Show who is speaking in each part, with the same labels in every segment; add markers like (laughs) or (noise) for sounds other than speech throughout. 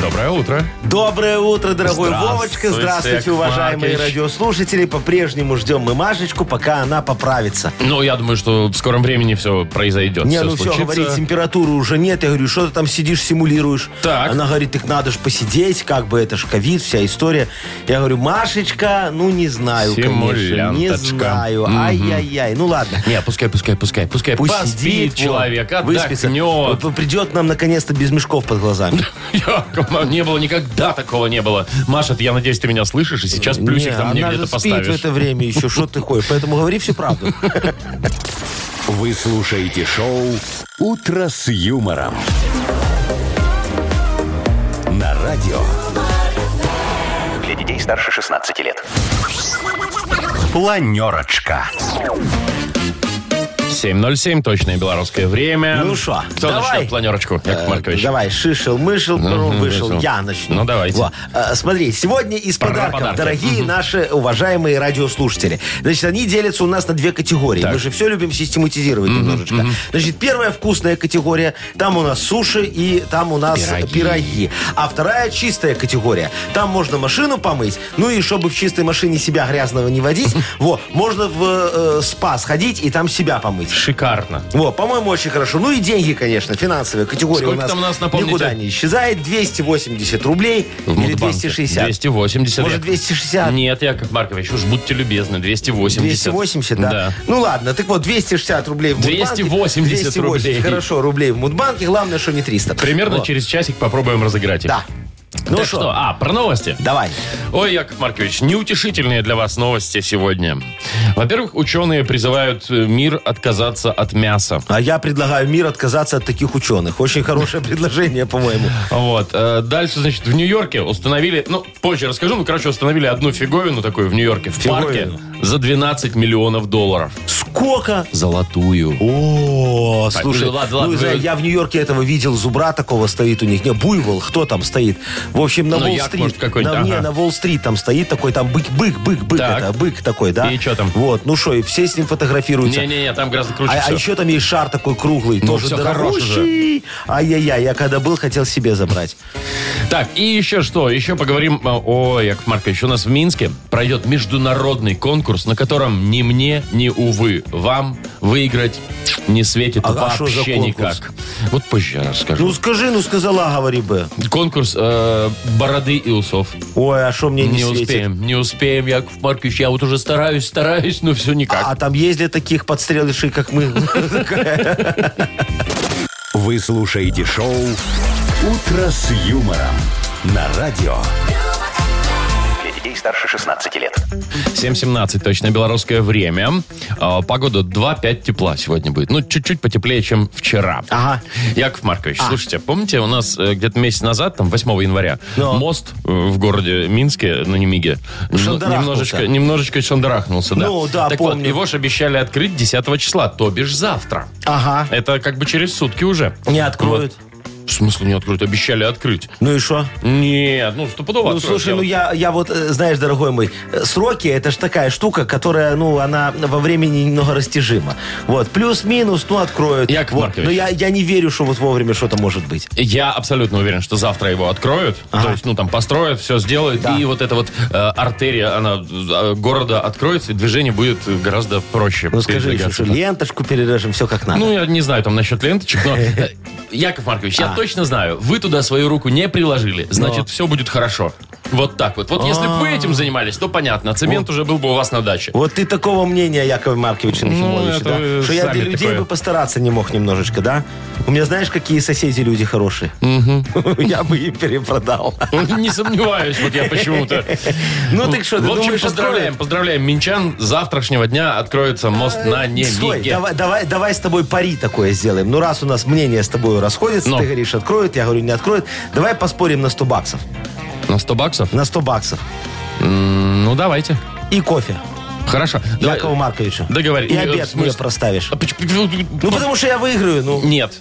Speaker 1: Доброе утро.
Speaker 2: Доброе утро, дорогой
Speaker 1: Здравствуйте,
Speaker 2: Вовочка. Здравствуйте,
Speaker 1: Яков
Speaker 2: уважаемые
Speaker 1: Маркович.
Speaker 2: радиослушатели. По-прежнему ждем мы Машечку, пока она поправится.
Speaker 1: Ну, я думаю, что в скором времени все произойдет.
Speaker 2: Не,
Speaker 1: всё
Speaker 2: ну все,
Speaker 1: случится.
Speaker 2: говорит, температуры уже нет. Я говорю, что ты там сидишь, симулируешь?
Speaker 1: Так.
Speaker 2: Она говорит, так надо ж посидеть, как бы это ж ковид, вся история. Я говорю, Машечка, ну не знаю, конечно, не
Speaker 1: Симулянточка.
Speaker 2: знаю.
Speaker 1: Мгм.
Speaker 2: Ай-яй-яй, ну ладно.
Speaker 1: Не, пускай, пускай, пускай, пускай.
Speaker 2: Пусть
Speaker 1: Поспит
Speaker 2: сидит,
Speaker 1: человек,
Speaker 2: вот, выспится.
Speaker 1: отдохнет. (laughs)
Speaker 2: Вот Придет нам наконец-то без мешков под глазами.
Speaker 1: Яков Маркович, не было, никогда такого не было. Маша, ты- я надеюсь, ты меня слышишь, и (laughs) сейчас плюсик
Speaker 2: Не,
Speaker 1: там мне
Speaker 2: она
Speaker 1: где-то
Speaker 2: же спит в
Speaker 1: поставишь.
Speaker 2: это время еще, что ты хочешь. Поэтому говори всю правду.
Speaker 3: Вы слушаете шоу «Утро с юмором». На радио. Для детей старше 16 лет. Планерочка.
Speaker 1: 7.07, точное белорусское время.
Speaker 2: Ну шо,
Speaker 1: Кто
Speaker 2: давай.
Speaker 1: начнет планерочку, Яков
Speaker 2: Э,
Speaker 1: Маркович?
Speaker 2: Давай, шишел, мышел, потом
Speaker 1: Мгм,
Speaker 2: вышел.
Speaker 1: вышел.
Speaker 2: Я начну.
Speaker 1: Ну, давайте.
Speaker 2: Во. Э, Смотри, сегодня из
Speaker 1: Пора
Speaker 2: подарков,
Speaker 1: подарки.
Speaker 2: дорогие наши уважаемые радиослушатели. Значит, они делятся у нас на две категории. Мы же все любим систематизировать немножечко. Значит, первая вкусная категория, там у нас суши и там у нас
Speaker 1: Пироги.
Speaker 2: пироги. А вторая чистая категория. Там можно машину помыть, ну и чтобы в чистой машине себя грязного
Speaker 1: (laughs)
Speaker 2: не водить, во, можно в э, спа сходить и там себя помыть.
Speaker 1: Шикарно.
Speaker 2: Вот, по-моему, очень хорошо. Ну и деньги, конечно, финансовая категория
Speaker 1: Сколько
Speaker 2: у нас,
Speaker 1: там у нас, напомните?
Speaker 2: никуда не исчезает. 280 рублей
Speaker 1: В
Speaker 2: или
Speaker 1: Мудбанке.
Speaker 2: 260.
Speaker 1: 280.
Speaker 2: Может, 260?
Speaker 1: Нет, Яков Маркович, уж будьте любезны, 280.
Speaker 2: 280, да?
Speaker 1: Да.
Speaker 2: Ну ладно, так вот, 260 рублей в Мудбанке.
Speaker 1: 280 рублей.
Speaker 2: Хорошо, рублей в Мудбанке. Главное, что не 300.
Speaker 1: Примерно
Speaker 2: Вот.
Speaker 1: через часик попробуем разыграть их.
Speaker 2: Да. Ну
Speaker 1: Ну
Speaker 2: шо,
Speaker 1: что, а, про новости.
Speaker 2: давай.
Speaker 1: Ой, Яков Маркович, неутешительные для вас новости сегодня. Во-первых, ученые призывают э, мир отказаться от мяса.
Speaker 2: А я предлагаю мир отказаться от таких ученых. Очень (laughs) хорошее предложение, по-моему.
Speaker 1: Вот. э, Дальше, значит, в Нью-Йорке установили, ну, позже расскажу, ну, короче, установили одну фиговину такую в Нью-Йорке, в
Speaker 2: Фиговину?
Speaker 1: парке, за 12 миллионов долларов.
Speaker 2: Сколько?
Speaker 1: Золотую.
Speaker 2: О,
Speaker 1: Так,
Speaker 2: слушай,
Speaker 1: ну, ладно, ладно,
Speaker 2: ну,
Speaker 1: вы-
Speaker 2: я, я в Нью-Йорке этого видел, зубра такого стоит у них. Не, буйвол, кто там стоит? В общем, на
Speaker 1: Ну, як, может,
Speaker 2: Уолл-стрит.
Speaker 1: какой-нибудь,
Speaker 2: на,
Speaker 1: ага.
Speaker 2: не, на Уолл-стрит там стоит такой, там бык, бык, бык, бык,
Speaker 1: Так.
Speaker 2: это, бык такой, да?
Speaker 1: И чё там?
Speaker 2: Вот, ну что, и все с ним фотографируются.
Speaker 1: Не-не-не, там гораздо круче
Speaker 2: А, а
Speaker 1: всё. Ну,
Speaker 2: еще там есть шар такой круглый, тоже
Speaker 1: всё, хорош уже.
Speaker 2: дорогущий. Ай-яй-яй, я когда был, хотел себе забрать.
Speaker 1: Так, и еще что? Еще поговорим... э, О, Яков Маркович, у нас в Минске пройдет международный конкурс, на котором ни мне, ни, увы, вам выиграть не светит
Speaker 2: А что за
Speaker 1: вообще
Speaker 2: конкурс?
Speaker 1: никак. Вот позже я расскажу.
Speaker 2: Ну скажи, ну сказала, говори бы.
Speaker 1: Конкурс э, бороды и усов.
Speaker 2: Ой, а что мне не,
Speaker 1: Не
Speaker 2: светит?
Speaker 1: успеем, не успеем, Яков Маркович. Я вот уже стараюсь, стараюсь, но все никак.
Speaker 2: А там есть для таких подстрелышей, как мы?
Speaker 1: (laughs)
Speaker 3: Вы слушаете шоу «Утро с юмором» на радио. Для детей старше 16 лет.
Speaker 1: 7.17, точно, белорусское время. А, погода 2-5 тепла сегодня будет. Ну, чуть-чуть потеплее, чем вчера.
Speaker 2: Ага.
Speaker 1: Яков Маркович,
Speaker 2: А.
Speaker 1: слушайте, помните, у нас э, где-то месяц назад, там, 8 января,
Speaker 2: Но.
Speaker 1: мост э, в городе Минске, на Немиге, н-
Speaker 2: Шандарахнулся.
Speaker 1: немножечко, немножечко шандарахнулся, да.
Speaker 2: Ну, да,
Speaker 1: так вот,
Speaker 2: помню.
Speaker 1: его же обещали открыть 10 числа, то бишь завтра.
Speaker 2: Ага.
Speaker 1: Это как бы через сутки уже.
Speaker 2: Не откроют.
Speaker 1: В смысле не откроют? Обещали открыть.
Speaker 2: Ну и что?
Speaker 1: Нет, ну, стопудово
Speaker 2: Ну,
Speaker 1: откроют,
Speaker 2: слушай,
Speaker 1: я
Speaker 2: ну
Speaker 1: вот-
Speaker 2: я, я вот, э, знаешь, дорогой мой, э, сроки это ж такая штука, которая, ну, она во времени немного растяжима. Вот, плюс-минус, ну, откроют.
Speaker 1: Яков
Speaker 2: Вот.
Speaker 1: Маркович.
Speaker 2: Но я, я не верю, что вот вовремя что-то может быть.
Speaker 1: Я абсолютно уверен, что завтра его откроют. То есть, ну, там построят, все сделают. И вот эта вот э, артерия, она э, города откроется, и движение будет гораздо проще.
Speaker 2: Ну, скажи еще,
Speaker 1: передвигаться.
Speaker 2: что ленточку перережем, все как надо.
Speaker 1: Ну, я не знаю там насчет ленточек, но...
Speaker 2: (laughs)
Speaker 1: э, Яков Маркович,
Speaker 2: А.
Speaker 1: я точно знаю, вы туда свою руку не приложили, значит, все будет хорошо. Вот так вот. Вот если бы вы
Speaker 2: А.
Speaker 1: этим занимались, то понятно, цемент уже был бы у вас на даче.
Speaker 2: Вот ты такого мнения, Якова Марковича Нахимовича,
Speaker 1: Ну, это вы
Speaker 2: да? Что я
Speaker 1: сами
Speaker 2: для людей
Speaker 1: такое.
Speaker 2: бы постараться не мог немножечко, да? У меня знаешь, какие соседи люди хорошие? (laughs) Я бы их перепродал.
Speaker 1: (laughs) Не сомневаюсь, вот я почему-то.
Speaker 2: (laughs) Ну, так что, ты
Speaker 1: В общем,
Speaker 2: думаешь,
Speaker 1: поздравляем,
Speaker 2: откроют?
Speaker 1: поздравляем минчан. С завтрашнего дня откроется мост на
Speaker 2: А, Стой,
Speaker 1: Немиге.
Speaker 2: давай, давай, давай с тобой пари такое сделаем. Ну, раз у нас мнение с тобой расходится,
Speaker 1: Ну.
Speaker 2: ты говоришь, откроют, я говорю, не откроют. Давай поспорим на 100 баксов.
Speaker 1: На 100 баксов?
Speaker 2: На 100 баксов.
Speaker 1: Ну, давайте.
Speaker 2: И кофе
Speaker 1: Хорошо. Давай.
Speaker 2: Якова Марковича.
Speaker 1: Договори-
Speaker 2: И
Speaker 1: э, в
Speaker 2: обед
Speaker 1: смысле?
Speaker 2: мне проставишь.
Speaker 1: А поч-
Speaker 2: Ну, потому что я выиграю, ну.
Speaker 1: Нет.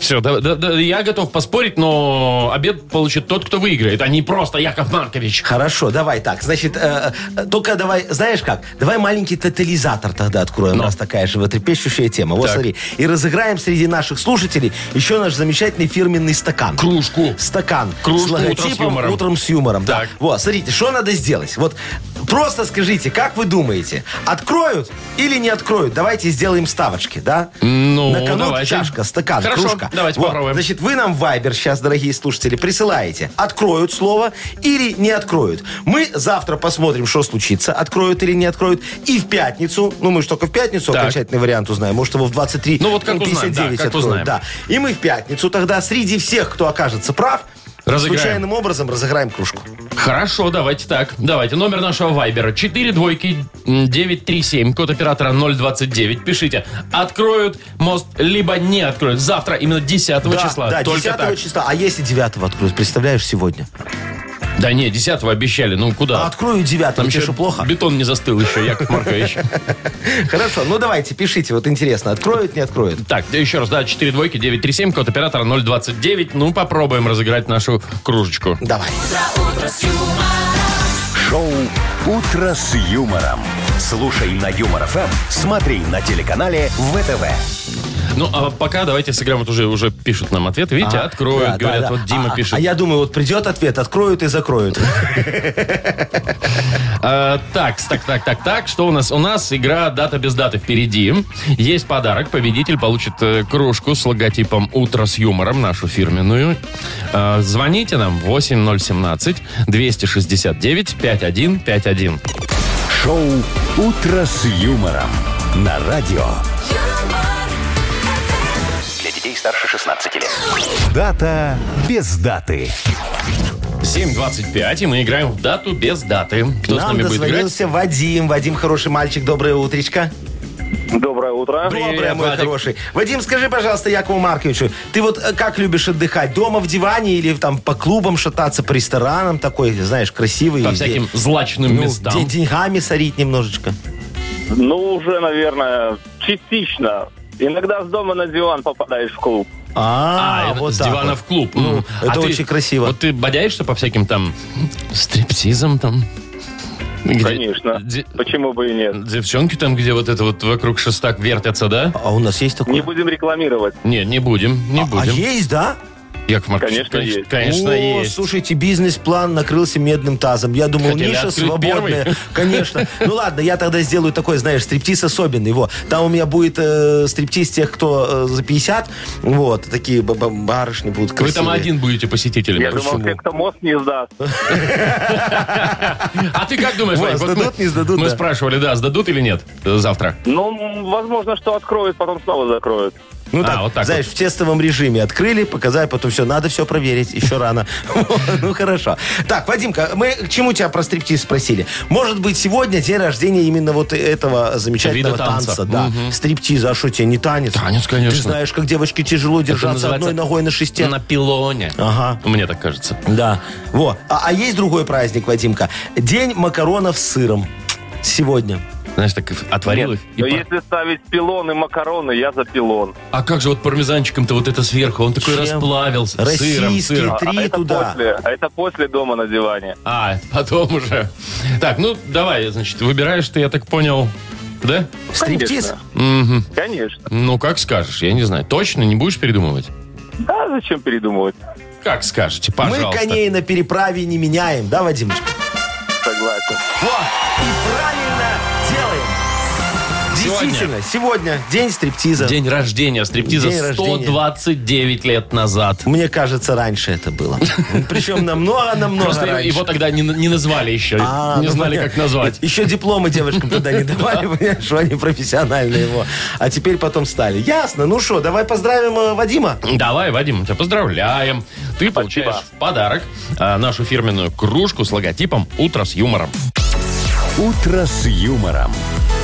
Speaker 1: Все, да- да- да, я готов поспорить, но обед получит тот, кто выиграет, а не просто Яков Маркович.
Speaker 2: Хорошо, давай так. Значит, э, э, только давай, знаешь как, давай маленький тотализатор тогда откроем, раз такая животрепещущая тема. Вот
Speaker 1: Ну. Так.
Speaker 2: смотри. И разыграем среди наших слушателей еще наш замечательный фирменный стакан.
Speaker 1: Кружку.
Speaker 2: Стакан
Speaker 1: Кружку
Speaker 2: с
Speaker 1: «Утро с
Speaker 2: логотипом
Speaker 1: юмором».
Speaker 2: «Утром с юмором». да.
Speaker 1: Так.
Speaker 2: Вот, смотрите, что надо сделать? Вот просто скажите, как вы думаете, откроют или не откроют? Давайте сделаем ставочки, да?
Speaker 1: Ну,
Speaker 2: На кону
Speaker 1: давайте.
Speaker 2: чашка, стакан,
Speaker 1: Хорошо,
Speaker 2: кружка.
Speaker 1: давайте
Speaker 2: Вот,
Speaker 1: попробуем.
Speaker 2: Значит, вы нам Вайбер сейчас, дорогие слушатели, присылаете. Откроют слово или не откроют. Мы завтра посмотрим, что случится, откроют или не откроют. И в пятницу, ну мы же только в пятницу
Speaker 1: Так.
Speaker 2: окончательный вариант узнаем. Может, его в 23
Speaker 1: Ну, вот как
Speaker 2: ну,
Speaker 1: узнаем,
Speaker 2: 59
Speaker 1: да, как
Speaker 2: откроют,
Speaker 1: узнаем.
Speaker 2: да. И мы в пятницу тогда среди всех, кто окажется прав,
Speaker 1: Разыграем.
Speaker 2: случайным образом разыграем кружку.
Speaker 1: Хорошо, давайте так. Давайте. Номер нашего вайбера 4 двойки м, 937, код оператора 029. Пишите, откроют мост, либо не откроют. Завтра, именно 10 числа.
Speaker 2: да,
Speaker 1: Только
Speaker 2: 10
Speaker 1: так.
Speaker 2: числа. А если 9 откроют, представляешь, сегодня?
Speaker 1: Да не, 10 обещали. Ну
Speaker 2: А
Speaker 1: куда?
Speaker 2: открою 9,
Speaker 1: Там
Speaker 2: тебе
Speaker 1: еще
Speaker 2: что, плохо?
Speaker 1: бетон не застыл еще, Яков Маркович.
Speaker 2: Хорошо, ну давайте, пишите, вот интересно, откроют, не откроют?
Speaker 1: Так, да еще раз, да, 4 двойки 937, код оператора 029. Ну, попробуем разыграть нашу кружечку.
Speaker 2: Давай.
Speaker 3: Шоу «Утро с юмором». Слушай на Юмор ФМ, смотри на телеканале ВТВ.
Speaker 1: Ну, а пока давайте сыграем, вот уже, уже пишут нам ответ. Видите, откроют,
Speaker 2: Да,
Speaker 1: говорят,
Speaker 2: да, да.
Speaker 1: вот Дима
Speaker 2: А,
Speaker 1: пишет.
Speaker 2: А я думаю, вот придет ответ, откроют и закроют.
Speaker 1: А, так, так, так, так, так. Что у нас? У нас игра «Дата без даты» впереди. Есть подарок. Победитель получит э, кружку с логотипом «Утро с юмором», нашу фирменную. А, звоните нам 8017-269-5151.
Speaker 3: Шоу «Утро с юмором» на радио.
Speaker 4: Для детей старше 16 лет.
Speaker 3: Дата без даты.
Speaker 1: 7.25, и мы играем в «Дату без даты». Кто с
Speaker 2: Нам
Speaker 1: нами будет играть?
Speaker 2: дозвонился Вадим. Вадим, хороший мальчик, доброе утречко.
Speaker 5: Доброе утро.
Speaker 1: Привет,
Speaker 2: доброе, мой
Speaker 1: Вадик.
Speaker 2: хороший. Вадим, скажи, пожалуйста, Якову Марковичу, ты вот э, как любишь отдыхать? Дома в диване или там по клубам шататься, по ресторанам такой, знаешь, красивый?
Speaker 1: По
Speaker 2: где-
Speaker 1: всяким злачным
Speaker 2: ну,
Speaker 1: местам.
Speaker 2: де- деньгами сорить немножечко.
Speaker 5: Ну, уже, наверное, частично. Иногда с дома на диван попадаешь в клуб.
Speaker 2: А,
Speaker 1: А,
Speaker 2: вот
Speaker 1: с
Speaker 2: так
Speaker 1: дивана
Speaker 2: вот.
Speaker 1: в клуб. Ну,
Speaker 2: это
Speaker 1: а ты-
Speaker 2: очень красиво.
Speaker 1: Вот ты бодяешься по всяким там стриптизам там? Где-
Speaker 5: Конечно.
Speaker 1: де-
Speaker 5: Почему бы и нет?
Speaker 1: девчонки там, где вот это вот вокруг шестак вертятся, да?
Speaker 2: А у нас есть такое?
Speaker 5: Не будем рекламировать.
Speaker 1: Не, не будем, не
Speaker 2: а
Speaker 1: будем.
Speaker 2: есть, да?
Speaker 1: Яков Маркович,
Speaker 5: Конечно, есть.
Speaker 1: Конечно,
Speaker 2: О,
Speaker 1: есть.
Speaker 2: слушайте, бизнес-план накрылся медным тазом. Я думал,
Speaker 1: Хотели
Speaker 2: ниша
Speaker 1: открыть
Speaker 2: свободная.
Speaker 1: первый?
Speaker 2: Конечно. Ну ладно, я тогда сделаю такой, знаешь, стриптиз особенный. Во. Там у меня будет э, стриптиз тех, кто э, за 50. Вот, такие ба- ба- барышни будут
Speaker 1: Вы
Speaker 2: красивые.
Speaker 1: там один будете посетителями.
Speaker 5: Я думал, те, кто мост не сдаст.
Speaker 1: А ты как думаешь,
Speaker 2: Во,
Speaker 1: Вань, вот
Speaker 2: сдадут,
Speaker 1: мы,
Speaker 2: не сдадут,
Speaker 1: Мы
Speaker 2: да.
Speaker 1: спрашивали, да, сдадут или нет э, завтра.
Speaker 5: Ну, м, возможно, что откроют, потом снова закроют.
Speaker 2: Ну
Speaker 1: А,
Speaker 2: так,
Speaker 1: вот так
Speaker 2: знаешь, в тестовом режиме открыли, показали, потом все, надо все проверить, еще рано. (laughs) Вот, Ну хорошо. Так, Вадимка, мы к чему тебя про стриптиз спросили? Может быть, сегодня день рождения именно вот этого замечательного
Speaker 1: Вида танца.
Speaker 2: танца, да, стриптиза. А что тебе, не танец?
Speaker 1: Танец, конечно.
Speaker 2: Ты знаешь, как девочке тяжело держаться
Speaker 1: называется
Speaker 2: одной ногой на шесте. А.
Speaker 1: На пилоне.
Speaker 2: Ага.
Speaker 1: Мне так кажется.
Speaker 2: Да. Во. А, а есть другой праздник, Вадимка? День макаронов с сыром. Сегодня.
Speaker 1: Знаешь, так отварил их. и
Speaker 5: Но
Speaker 1: пар-
Speaker 5: если ставить пилон и макароны, я за пилон.
Speaker 1: А как же вот пармезанчиком-то вот это сверху? Он такой
Speaker 2: Чем?
Speaker 1: расплавился. Сыром,
Speaker 2: Российский
Speaker 1: сыром.
Speaker 2: Три
Speaker 5: а это
Speaker 2: туда.
Speaker 5: после, а это после дома на диване.
Speaker 1: А, потом уже. Так, ну давай, значит, выбираешь ты, я так понял, да?
Speaker 2: Стриптиз?
Speaker 1: Мгм.
Speaker 5: Конечно.
Speaker 1: Ну, как скажешь, я не знаю. Точно не будешь передумывать?
Speaker 5: Да, зачем передумывать?
Speaker 1: Как скажете, пожалуйста.
Speaker 2: Мы коней на переправе не меняем, да, Вадимочка?
Speaker 5: Согласен.
Speaker 2: Во! И правильно делаем.
Speaker 1: Сегодня.
Speaker 2: Действительно, сегодня день стриптиза.
Speaker 1: День рождения стриптиза
Speaker 2: День рождения.
Speaker 1: 129 лет назад.
Speaker 2: Мне кажется, раньше это было.
Speaker 1: (laughs)
Speaker 2: Причем намного-намного
Speaker 1: Просто
Speaker 2: ну, раньше.
Speaker 1: его тогда не, не назвали еще.
Speaker 2: А,
Speaker 1: не
Speaker 2: ну,
Speaker 1: знали,
Speaker 2: понятно.
Speaker 1: как назвать.
Speaker 2: Еще дипломы девочкам тогда
Speaker 1: (laughs)
Speaker 2: не давали, понимаешь, что они профессиональные его. А теперь потом стали. Ясно. Ну что, давай поздравим э, Вадима.
Speaker 1: Давай, Вадим, тебя поздравляем. Ты получаешь в подарок а, нашу фирменную кружку с логотипом «Утро с юмором».
Speaker 3: «Утро с юмором»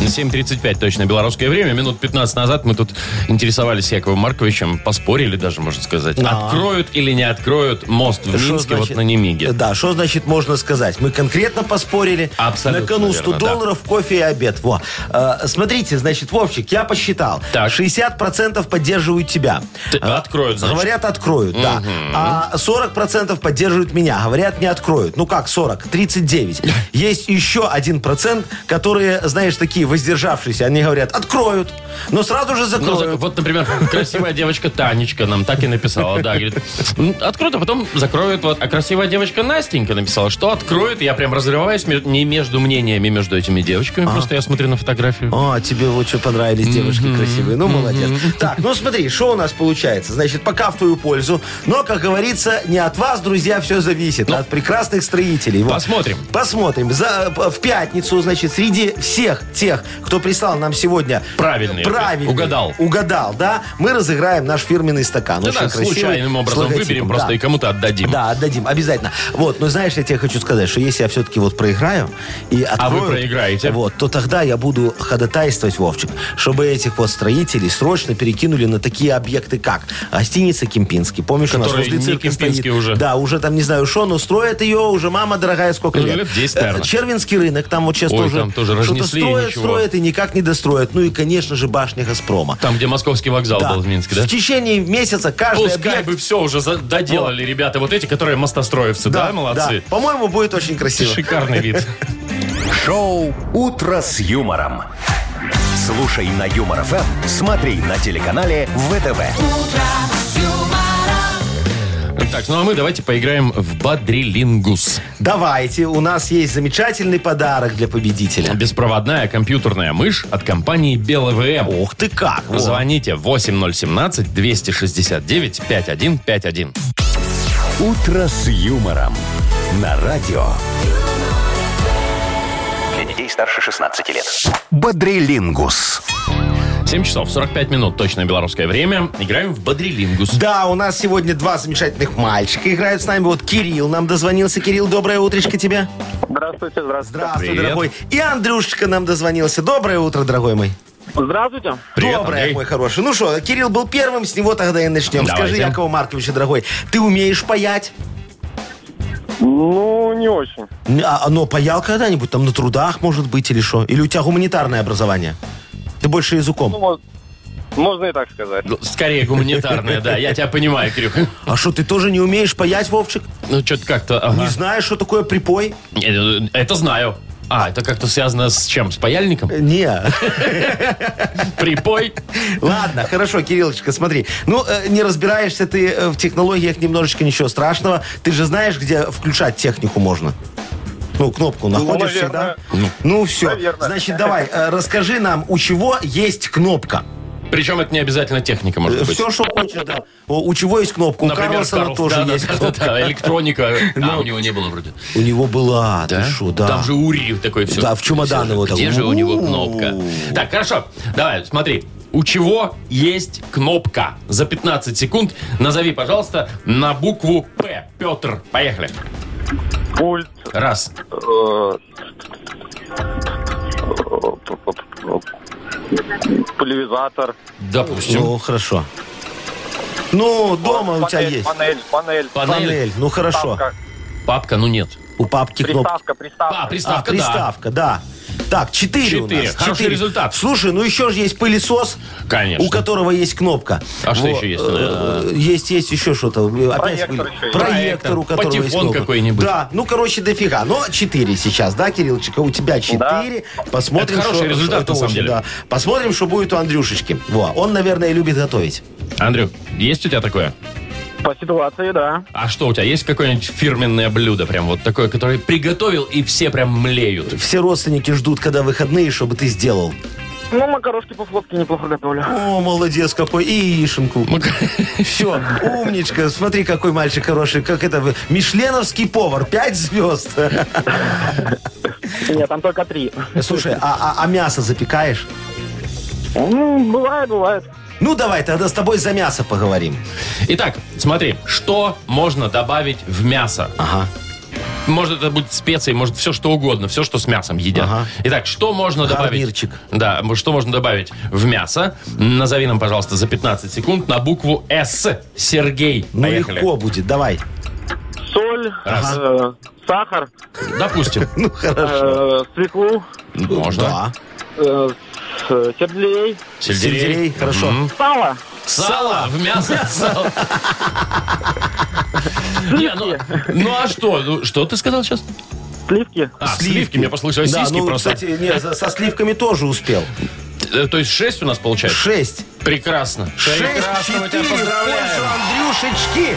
Speaker 1: 7.35 точно белорусское время. Минут 15 назад мы тут интересовались Яковом Марковичем, поспорили даже, можно сказать.
Speaker 2: Да.
Speaker 1: Откроют или не откроют мост в
Speaker 2: Что
Speaker 1: Минске
Speaker 2: значит-
Speaker 1: вот на Немиге.
Speaker 2: Да, что значит можно сказать? Мы конкретно поспорили.
Speaker 1: Абсолютно
Speaker 2: На кону 100
Speaker 1: верно, да.
Speaker 2: долларов, кофе и обед. Во. Э, смотрите, значит, Вовчик, я посчитал.
Speaker 1: Так.
Speaker 2: 60% поддерживают тебя.
Speaker 1: Т-
Speaker 2: Э,
Speaker 1: откроют, значит.
Speaker 2: Говорят, откроют, да. А 40% поддерживают меня. Говорят, не откроют. Ну как 40? 39. Есть еще один процент, которые, знаешь, такие воздержавшиеся. Они говорят, откроют, но сразу же
Speaker 1: Ну, за-
Speaker 2: закроют.
Speaker 1: вот, например, красивая девочка Танечка нам так и написала, да, говорит, «М, откроют, а потом закроют. Вот. А красивая девочка Настенька написала, что откроют. Я прям разрываюсь мер- не между мнениями между этими девочками, просто я смотрю на фотографию.
Speaker 2: О, тебе вот что понравились девушки красивые. Ну, молодец. Так, ну смотри, что у нас получается? Значит, пока в твою пользу. Но, как говорится, не от вас, друзья, все зависит, а от прекрасных строителей. Вот.
Speaker 1: Ну. Посмотрим.
Speaker 2: Посмотрим. За, в пятницу, значит, среди всех тех, кто прислал нам сегодня...
Speaker 1: Правильные.
Speaker 2: Правильный.
Speaker 1: Угадал.
Speaker 2: Угадал, да? Мы разыграем наш фирменный стакан.
Speaker 1: Да,
Speaker 2: Очень
Speaker 1: да,
Speaker 2: красивый,
Speaker 1: случайным
Speaker 2: с
Speaker 1: образом
Speaker 2: логотипом,
Speaker 1: выберем просто
Speaker 2: да.
Speaker 1: и кому-то отдадим.
Speaker 2: Да, отдадим, обязательно. Вот, но знаешь, я тебе хочу сказать, что если я все-таки вот проиграю и открою,
Speaker 1: А вы проиграете.
Speaker 2: вот, то тогда я буду ходатайствовать, Вовчик, чтобы этих вот строителей срочно перекинули на такие объекты, как гостиница Кемпинский. Помнишь, у
Speaker 1: Который
Speaker 2: нас возле
Speaker 1: не
Speaker 2: цирка
Speaker 1: Кемпинский
Speaker 2: стоит?
Speaker 1: уже.
Speaker 2: Да, уже там не знаю что, но строят ее уже, мама дорогая, сколько
Speaker 1: Ну,
Speaker 2: лет.
Speaker 1: лет 10, наверное.
Speaker 2: Э, Червинский рынок, там вот сейчас
Speaker 1: Ой,
Speaker 2: тоже,
Speaker 1: там тоже
Speaker 2: что-то
Speaker 1: разнесли и
Speaker 2: строят,
Speaker 1: ничего.
Speaker 2: строят и никак не достроят. Ну и, конечно же, башня Газпрома.
Speaker 1: Там, где московский вокзал
Speaker 2: Да.
Speaker 1: был в Минске, да?
Speaker 2: В течение месяца каждый
Speaker 1: Пускай
Speaker 2: объект
Speaker 1: бы все уже за- доделали, ребята, вот эти, которые мостостроевцы, да, молодцы?
Speaker 2: да. По-моему, будет очень красиво.
Speaker 1: Шикарный
Speaker 2: (laughs)
Speaker 1: вид.
Speaker 3: Шоу «Утро с юмором». Слушай на Юмор ФМ, смотри на телеканале ВТВ.
Speaker 1: Так, ну а мы давайте поиграем в Бадрилингус.
Speaker 2: Давайте, у нас есть замечательный подарок для победителя.
Speaker 1: Беспроводная компьютерная мышь от компании БелВМ.
Speaker 2: Ох ты как! во.
Speaker 1: Звоните 8017-269-5151.
Speaker 3: «Утро с юмором» на радио
Speaker 4: Для детей старше 16 лет.
Speaker 3: «Бодрилингус».
Speaker 1: 7 часов 45 минут, точное белорусское время. Играем в Бадрилингус.
Speaker 2: Да, у нас сегодня два замечательных мальчика играют с нами. Вот Кирилл нам дозвонился. Кирилл, доброе утречко тебе.
Speaker 5: Здравствуйте, здравствуйте.
Speaker 2: Здравствуй,
Speaker 1: Привет.
Speaker 2: дорогой. И Андрюшечка нам дозвонился. Доброе утро, дорогой мой.
Speaker 5: Здравствуйте.
Speaker 1: Привет,
Speaker 2: Доброе,
Speaker 1: Андрей.
Speaker 2: мой хороший. Ну что, Кирилл был первым, с него тогда и начнем.
Speaker 1: Давайте.
Speaker 2: Скажи, Якова Марковича, дорогой, ты умеешь паять?
Speaker 5: Ну, не очень.
Speaker 2: А, но паял когда-нибудь? Там на трудах, может быть, или что? Или у тебя гуманитарное образование? Ты больше языком.
Speaker 5: Ну, вот, можно и так сказать.
Speaker 1: Ну, Скорее гуманитарная, да, я тебя понимаю, Кирюх.
Speaker 2: А что, ты тоже не умеешь паять, Вовчик?
Speaker 1: Ну, что-то как-то...
Speaker 2: Не
Speaker 1: ага.
Speaker 2: знаешь, что такое припой?
Speaker 1: Э, Это знаю. А, это как-то связано с чем? С паяльником?
Speaker 2: Не. (laughs)
Speaker 1: Припой?
Speaker 2: Ладно, хорошо, Кириллочка, смотри. Ну, э, не разбираешься ты э, в технологиях немножечко ничего страшного. Ты же знаешь, где включать технику можно. Ну, кнопку находишь всегда.
Speaker 5: наверное.
Speaker 2: Ну, все.
Speaker 5: Наверное.
Speaker 2: Значит, давай, э, расскажи нам, у чего есть кнопка.
Speaker 1: Причем это не обязательно техника, может быть.
Speaker 2: Все, что хочешь, да. У у чего есть кнопка? Э, У Карлсона
Speaker 1: Карл,
Speaker 2: тоже
Speaker 1: да-да-да-да-да,
Speaker 2: есть кнопка.
Speaker 1: электроника. А, у него не было вроде.
Speaker 2: У него была, ты шо, да.
Speaker 1: Там же Ури такой все.
Speaker 2: Да, в чемодан его
Speaker 1: Где
Speaker 2: такой.
Speaker 1: же у него
Speaker 2: У-у-у.
Speaker 1: кнопка? Так, хорошо. Давай, смотри. У чего есть кнопка? За 15 секунд назови, пожалуйста, на букву П. Петр, поехали.
Speaker 5: Пульт.
Speaker 1: Раз.
Speaker 5: э, Пульверизатор.
Speaker 1: Допустим.
Speaker 2: Ну, хорошо. Ну, дома у тебя
Speaker 5: Панель,
Speaker 2: есть.
Speaker 5: Панель, панель.
Speaker 1: Панель.
Speaker 2: Панель. Ну, хорошо.
Speaker 5: Приставка,
Speaker 1: Папка, ну нет.
Speaker 2: У папки кнопка.
Speaker 5: приставка, приставка.
Speaker 1: А,
Speaker 2: А,
Speaker 1: приставка, да.
Speaker 2: приставка, да. Так, 4 у
Speaker 1: Четыре.
Speaker 2: нас.
Speaker 1: Хороший
Speaker 2: Четыре.
Speaker 1: результат.
Speaker 2: Слушай, ну еще же есть пылесос,
Speaker 1: Конечно.
Speaker 2: у которого есть кнопка.
Speaker 1: А что
Speaker 2: Во,
Speaker 1: еще есть?
Speaker 2: э, э, Есть, есть еще что-то. Опять
Speaker 5: Проектор
Speaker 2: пыль.
Speaker 5: еще есть.
Speaker 1: Проектор,
Speaker 2: Проектор, у которого есть
Speaker 1: патефон
Speaker 2: кнопка.
Speaker 1: какой-нибудь.
Speaker 2: Да, ну, короче, дофига. Но 4 сейчас, да, Кириллчика? У тебя 4. Посмотрим,
Speaker 1: Это хороший
Speaker 2: что-
Speaker 1: результат,
Speaker 2: это
Speaker 1: на самом
Speaker 2: очень,
Speaker 1: деле.
Speaker 2: да. Посмотрим, что будет у Андрюшечки. Во, он, наверное, любит готовить.
Speaker 1: Андрюк, есть у тебя такое?
Speaker 5: По ситуации, да.
Speaker 1: А что у тебя есть какое-нибудь фирменное блюдо, прям вот такое, которое приготовил и все прям млеют?
Speaker 2: Все родственники ждут, когда выходные, чтобы ты сделал.
Speaker 5: Ну, макарошки по-флотски неплохо готовлю.
Speaker 2: О, молодец какой.
Speaker 1: (laughs)
Speaker 2: И яишенку.
Speaker 1: Ну, к-
Speaker 2: Все, умничка. Смотри, какой мальчик хороший. Как это? вы- Мишленовский повар. Пять звезд.
Speaker 5: Нет, там только три.
Speaker 2: (laughs) Слушай, а, а- а мясо запекаешь?
Speaker 5: Ну, бывает, бывает.
Speaker 2: Ну, давай, тогда с тобой за мясо поговорим.
Speaker 1: Итак, смотри, что можно добавить в мясо?
Speaker 2: Ага.
Speaker 1: может, это будет специи, может, все что угодно, все, что с мясом едят.
Speaker 2: Ага.
Speaker 1: Итак, что можно добавить?
Speaker 2: Гарнирчик.
Speaker 1: Да, м, что можно добавить в мясо? Назови нам, пожалуйста, за 15 секунд на букву «С». Сергей,
Speaker 2: Ну,
Speaker 1: поехали.
Speaker 2: легко будет, давай.
Speaker 5: Соль,
Speaker 1: Раз.
Speaker 5: э, сахар,
Speaker 1: Допустим.
Speaker 2: Ну, хорошо.
Speaker 5: э, свеклу,
Speaker 1: Можно.
Speaker 2: Ну Да.
Speaker 5: э, с- э, сельдерей,
Speaker 1: Сельдерей.
Speaker 2: Сельдерей, хорошо.
Speaker 1: Мгм.
Speaker 5: сало.
Speaker 1: Сало в мясо. Сало. Не, ну, ну а что? Ну, Что ты сказал сейчас?
Speaker 5: Сливки.
Speaker 1: А, сливки. Мне послышали
Speaker 2: Да,
Speaker 1: сиськи
Speaker 2: ну,
Speaker 1: просто.
Speaker 2: кстати, не, за- со сливками тоже успел.
Speaker 1: Э, То есть 6 у нас получается?
Speaker 2: Шесть.
Speaker 1: Прекрасно.
Speaker 2: Шесть,
Speaker 1: Прекрасно, мы тебя
Speaker 2: четыре, больше,
Speaker 1: поздравляем.
Speaker 2: Андрюшечки.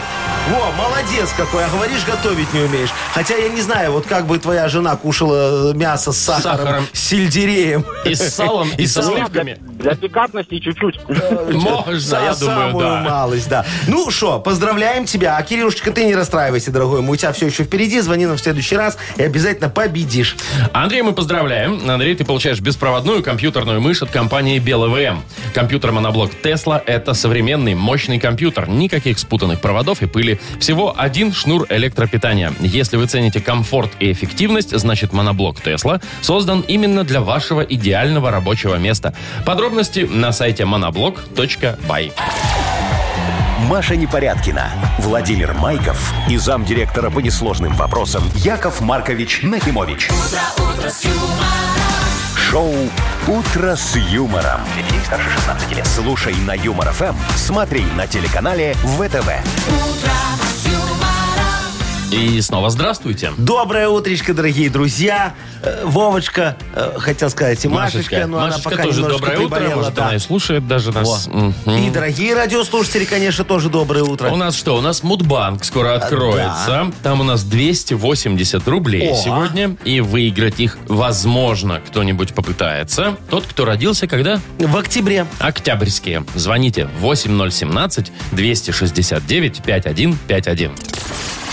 Speaker 2: Во, молодец какой, а говоришь, готовить не умеешь. Хотя я не знаю, вот как бы твоя жена кушала э, мясо с сахаром,
Speaker 1: сахаром.
Speaker 2: с сельдереем.
Speaker 1: И с салом, и со
Speaker 5: Ну, для,
Speaker 1: сливками.
Speaker 5: для пикантности чуть-чуть.
Speaker 1: Можно,
Speaker 2: За
Speaker 1: я думаю,
Speaker 2: самую
Speaker 1: да.
Speaker 2: малость, да. Ну что, поздравляем тебя. А, Кирюшечка, ты не расстраивайся, дорогой мой. У тебя все еще впереди. Звони нам в следующий раз и обязательно победишь.
Speaker 1: Андрей, мы поздравляем. Андрей, ты получаешь беспроводную компьютерную мышь от компании БелВМ. Компьютер-моноблок Тесла – это современный мощный компьютер. Никаких спутанных проводов и пыли. Всего один шнур электропитания. Если вы цените комфорт и эффективность, значит моноблок Тесла создан именно для вашего идеального рабочего места. Подробности на сайте monoblock.by.
Speaker 3: Маша Непорядкина, Владимир Майков и замдиректора по несложным вопросам Яков Маркович Нахимович. Шоу Утро с юмором. Для детей старше 16 лет. Слушай на юмор ФМ, смотри на телеканале ВТВ.
Speaker 1: И снова здравствуйте.
Speaker 2: Доброе утречко, дорогие друзья. Э, Вовочка, э, хотел сказать, и Машечка, но
Speaker 1: Машечка
Speaker 2: она пока
Speaker 1: тоже
Speaker 2: немножко
Speaker 1: доброе утро,
Speaker 2: приболела,
Speaker 1: может,
Speaker 2: да.
Speaker 1: она и слушает даже нас.
Speaker 2: Во.
Speaker 1: Мгм.
Speaker 2: И дорогие радиослушатели, конечно, тоже доброе утро.
Speaker 1: У нас что? У нас Мудбанк
Speaker 2: Э,
Speaker 1: скоро откроется. Там у нас 280 рублей
Speaker 2: О.
Speaker 1: сегодня. И выиграть их, возможно, кто-нибудь попытается. Тот, кто родился когда?
Speaker 2: В октябре.
Speaker 1: Октябрьские. Звоните 8017-269-5151.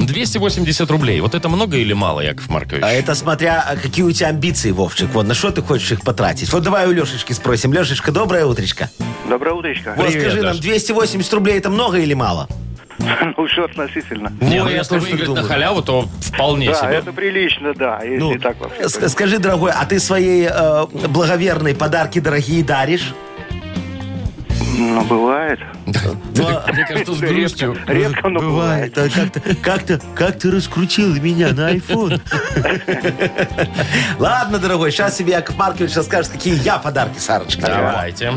Speaker 1: 280 рублей. Вот это много или мало, Яков Маркович?
Speaker 2: А это смотря, а, какие у тебя амбиции, Вовчик. Вот на что ты хочешь их потратить. Вот давай у Лешечки спросим. Лешечка, доброе утречко.
Speaker 6: Доброе утречко. (laughs)
Speaker 2: Вот
Speaker 1: Привет,
Speaker 2: скажи
Speaker 1: Даш.
Speaker 2: нам, 280 рублей это много или мало?
Speaker 6: Ну, все относительно.
Speaker 1: Не,
Speaker 2: Во,
Speaker 1: ну,
Speaker 2: я
Speaker 1: если
Speaker 2: тоже так
Speaker 1: выиграть на
Speaker 2: думаю.
Speaker 1: халяву, то вполне
Speaker 6: Да,
Speaker 1: себе.
Speaker 6: это прилично, да, если
Speaker 2: Ну,
Speaker 6: так вообще.
Speaker 2: с- скажи, дорогой, а ты свои э, благоверные подарки дорогие даришь?
Speaker 6: Ну, бывает.
Speaker 1: (laughs)
Speaker 6: (laughs)
Speaker 1: Да, Мне кажется, с грустью.
Speaker 6: Редко, но Ну, бывает.
Speaker 2: А Как ты, как ты, как ты раскрутил меня на iPhone? (laughs) Ладно, дорогой, сейчас тебе Яков Маркович расскажет, какие я подарки, Сарочка.
Speaker 1: Давайте.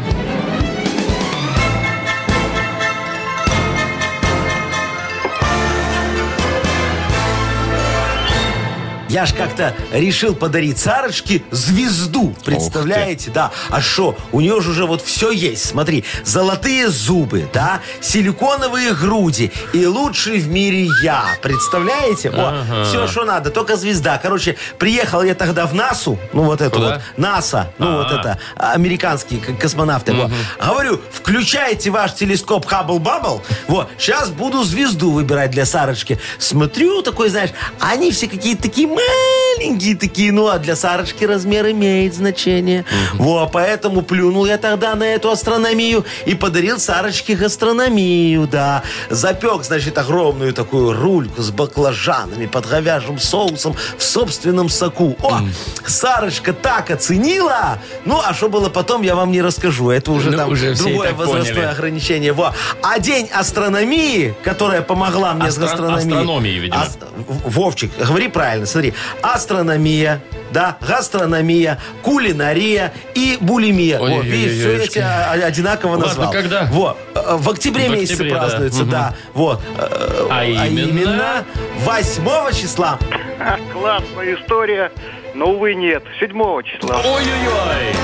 Speaker 2: Я ж как-то решил подарить Сарочке звезду. Представляете, да. А что, у нее же уже вот все есть. Смотри, золотые зубы, да, силиконовые груди и лучший в мире я. Представляете?
Speaker 1: Ага.
Speaker 2: О, все, что надо, только звезда. Короче, приехал я тогда в НАСУ, ну вот эту
Speaker 1: Куда?
Speaker 2: вот, НАСА, ну
Speaker 1: А.
Speaker 2: вот это, американские к- космонавты. во. Говорю, включайте ваш телескоп Хаббл Баббл. Вот, сейчас буду звезду выбирать для Сарочки. Смотрю, такой, знаешь, они все какие-то такие маленькие такие, ну а для Сарочки размер имеет значение. Во, поэтому плюнул я тогда на эту астрономию и подарил Сарочке гастрономию, да. Запек, значит, огромную такую рульку с баклажанами под говяжьим соусом в собственном соку. О, Сарочка так оценила. Ну, а что было потом, я вам не расскажу. Это уже
Speaker 1: Ну,
Speaker 2: там
Speaker 1: уже все и
Speaker 2: другое
Speaker 1: так
Speaker 2: возрастное
Speaker 1: поняли.
Speaker 2: ограничение. Во. А день астрономии, которая помогла мне с
Speaker 1: Астро-
Speaker 2: гастрономией.
Speaker 1: астрономии, видимо.
Speaker 2: В- Вовчик, говори правильно, смотри. Астрономия, да, гастрономия, кулинария и булимия. Во,
Speaker 1: Ой-ой-ой-ой.
Speaker 2: видишь, все я тебя о- одинаково
Speaker 1: Ладно,
Speaker 2: назвал.
Speaker 1: когда?
Speaker 2: Во. Э, В октябре
Speaker 1: В
Speaker 2: месяце
Speaker 1: октябре, да.
Speaker 2: празднуется,
Speaker 1: Мгм.
Speaker 2: да. Вот. Э,
Speaker 1: А именно?
Speaker 2: 8 числа.
Speaker 6: (laughs) Классная история, но, увы, нет. Седьмого числа.
Speaker 1: Ой-ой-ой!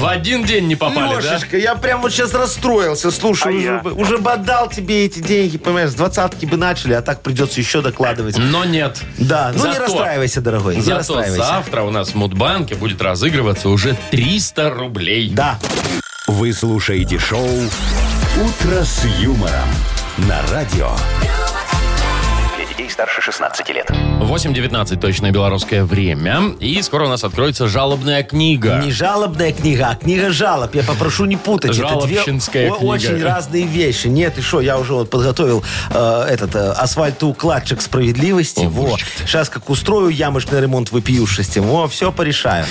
Speaker 1: В один день не попали,
Speaker 2: Лешечка, я прям вот сейчас расстроился. Слушай,
Speaker 6: А
Speaker 2: уже,
Speaker 6: я?
Speaker 2: бы, уже бы отдал тебе эти деньги, понимаешь, с двадцатки бы начали, а так придется еще докладывать.
Speaker 1: да? Но нет.
Speaker 2: Да, ну не
Speaker 1: Зато-
Speaker 2: расстраивайся, дорогой, не
Speaker 1: Зато
Speaker 2: расстраивайся.
Speaker 1: завтра у нас в Мудбанке будет разыгрываться уже 300 рублей.
Speaker 2: Да.
Speaker 3: Вы слушаете шоу Утро с юмором. На радио
Speaker 4: Для детей детей старше 16 лет.
Speaker 1: 8.19 точное белорусское время. И скоро у нас откроется жалобная книга.
Speaker 2: Не жалобная книга, а книга жалоб. Я попрошу не путать. Это две
Speaker 1: Жалобщинская
Speaker 2: о-
Speaker 1: книга.
Speaker 2: очень разные вещи. Нет, и что, я уже вот подготовил э, этот э, асфальтоукладчик справедливости.
Speaker 1: О,
Speaker 2: Во.
Speaker 1: божечки ты.
Speaker 2: Сейчас как устрою ямочный ремонт вопиюшести. Во, все порешаю.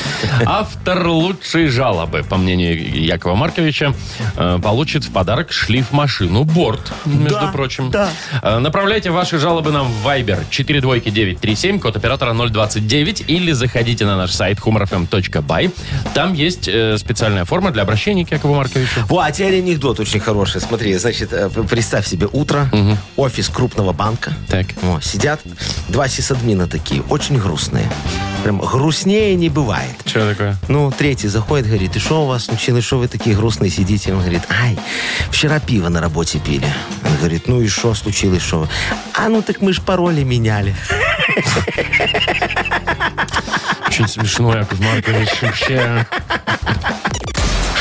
Speaker 1: Автор лучшей жалобы, по мнению Якова Марковича, э, получит в подарок шлиф-машину «Борт», между
Speaker 2: Да,
Speaker 1: прочим.
Speaker 2: да.
Speaker 1: Э, Направляйте ваши жалобы нам в Viber 42937, код оператора 029, или заходите на наш сайт humorfm.by. Там есть э, специальная форма для обращения к Якову Марковичу.
Speaker 2: Во, а теперь анекдот очень хороший. Смотри, значит, э, п- представь себе утро, офис крупного банка.
Speaker 1: Так.
Speaker 2: Во, сидят два сисадмина такие, очень грустные. Прям грустнее не бывает.
Speaker 1: Что такое?
Speaker 2: Ну, третий заходит, говорит, и что у вас, мужчины, что вы такие грустные сидите? Он говорит, ай, вчера пиво на работе пили. Он говорит, ну и что случилось, что вы? А ну так мы ж пароли меняли.
Speaker 1: Очень смешно, Яков Маркович. Вообще.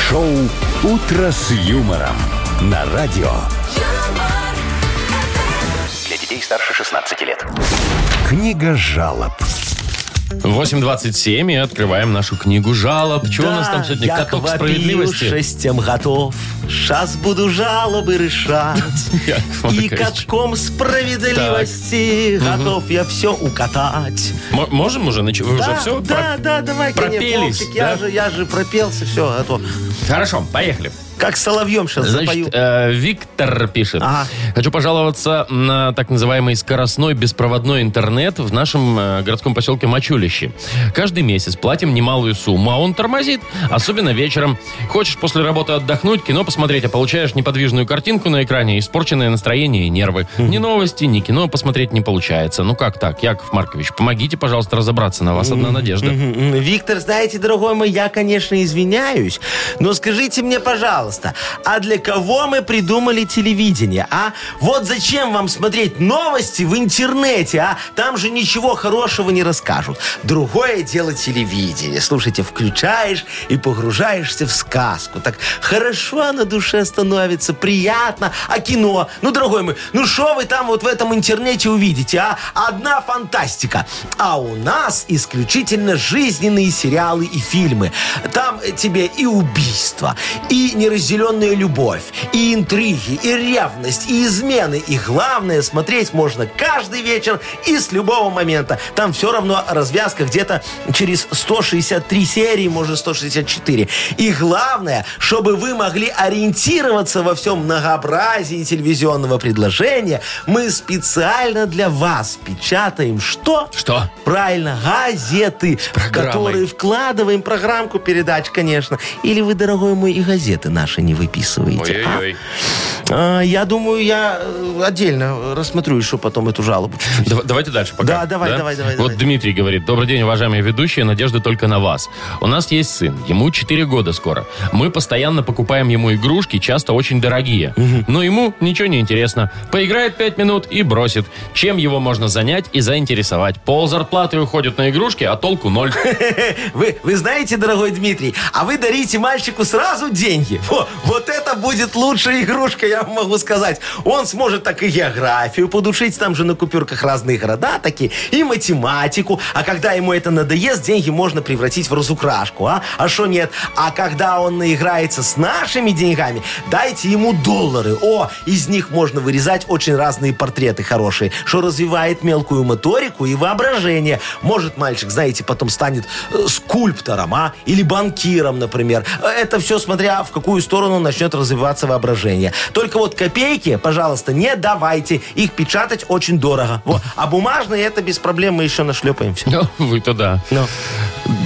Speaker 3: Шоу «Утро с юмором» на радио.
Speaker 7: юмор,
Speaker 4: Для детей старше 16 лет.
Speaker 3: Книга жалоб.
Speaker 1: 8.27 и открываем нашу книгу жалоб. Чего у нас там сегодня? Каток справедливости.
Speaker 2: шестем готов. Сейчас буду жалобы
Speaker 1: (laughs)
Speaker 2: решать.
Speaker 1: Яков
Speaker 2: И
Speaker 1: Маркович.
Speaker 2: катком справедливости готов я все укатать.
Speaker 1: М- можем уже? нач- Вы
Speaker 2: да,
Speaker 1: уже все?
Speaker 2: да, да, давай, конечно,
Speaker 1: пропелись,
Speaker 2: Вовчик, я
Speaker 1: да?
Speaker 2: же, я же пропелся, все, готов.
Speaker 1: Хорошо, поехали.
Speaker 2: Как соловьем сейчас запою.
Speaker 1: Значит, э, Виктор пишет.
Speaker 2: Ага.
Speaker 1: Хочу пожаловаться на так называемый скоростной беспроводной интернет в нашем э, городском поселке Мачулище. Каждый месяц платим немалую сумму, а он тормозит, особенно вечером. Хочешь после работы отдохнуть, кино посмотреть, а получаешь неподвижную картинку на экране, испорченное настроение и нервы. Ни новости, ни кино посмотреть не получается. Ну как так, Яков Маркович, помогите, пожалуйста, разобраться. На вас одна надежда.
Speaker 2: Мгм. Виктор, знаете, дорогой мой, я, конечно, извиняюсь, но скажите мне, пожалуйста, а для кого мы придумали телевидение, а? Вот зачем вам смотреть новости в интернете, а? Там же ничего хорошего не расскажут. Другое дело телевидение. Слушайте, включаешь и погружаешься в сказку. Так хорошо на душе становится, приятно. А кино? Ну, дорогой мой, ну что вы там вот в этом интернете увидите, а? Одна фантастика. А у нас исключительно жизненные сериалы и фильмы. Там тебе и убийство, и неразделенная любовь, и интриги, и ревность, и измены. И главное, смотреть можно каждый вечер и с любого момента. Там все равно развязка где-то через 163 серии, может 164. И главное, чтобы вы могли ориентироваться во всем многообразии телевизионного предложения, мы специально для вас печатаем что?
Speaker 1: Что?
Speaker 2: Правильно, газеты, в
Speaker 1: программой.
Speaker 2: которые вкладываем программку передач, конечно. Или вы, дорогой мой, и газеты наши не выписываете. а?
Speaker 1: Ой-ой-ой.
Speaker 2: А, я думаю, я э, отдельно рассмотрю еще потом эту жалобу. чуть-чуть.
Speaker 1: Дав- Давайте дальше пока.
Speaker 2: Да, давай, давай, давай,
Speaker 1: Вот
Speaker 2: давай.
Speaker 1: Дмитрий говорит. Добрый день, уважаемые ведущие. Надежда только на вас. У нас есть сын. Ему 4 года скоро. Мы постоянно покупаем ему игрушки, часто очень дорогие. Но ему ничего не интересно. Поиграет 5 минут и бросит. Чем его можно занять и заинтересовать? Пол зарплаты уходит на игрушки, а толку
Speaker 2: (laughs)
Speaker 1: ноль.
Speaker 2: Вы, вы знаете, дорогой Дмитрий, а вы дарите мальчику сразу деньги. Во, вот это будет лучшая игрушка, я вам могу сказать. Он сможет так и географию подушить, там же на купюрках разные города такие, и математику. А когда ему это надоест, деньги можно превратить в разукрашку, а? А что нет? А когда он наиграется с нашими деньгами, дайте ему доллары. О, из них можно вырезать очень разные портреты хорошие, что развивает мелкую моторику и воображение. Может, мальчик, знаете, потом станет э, скульптором, а? Или банкиром, например. Э, Это все смотря в какую сторону начнет развиваться воображение. Только вот копейки, пожалуйста, не давайте. Их печатать очень дорого. Во. А бумажные это без проблем мы еще нашлепаемся.
Speaker 1: Ну, Вы-то да.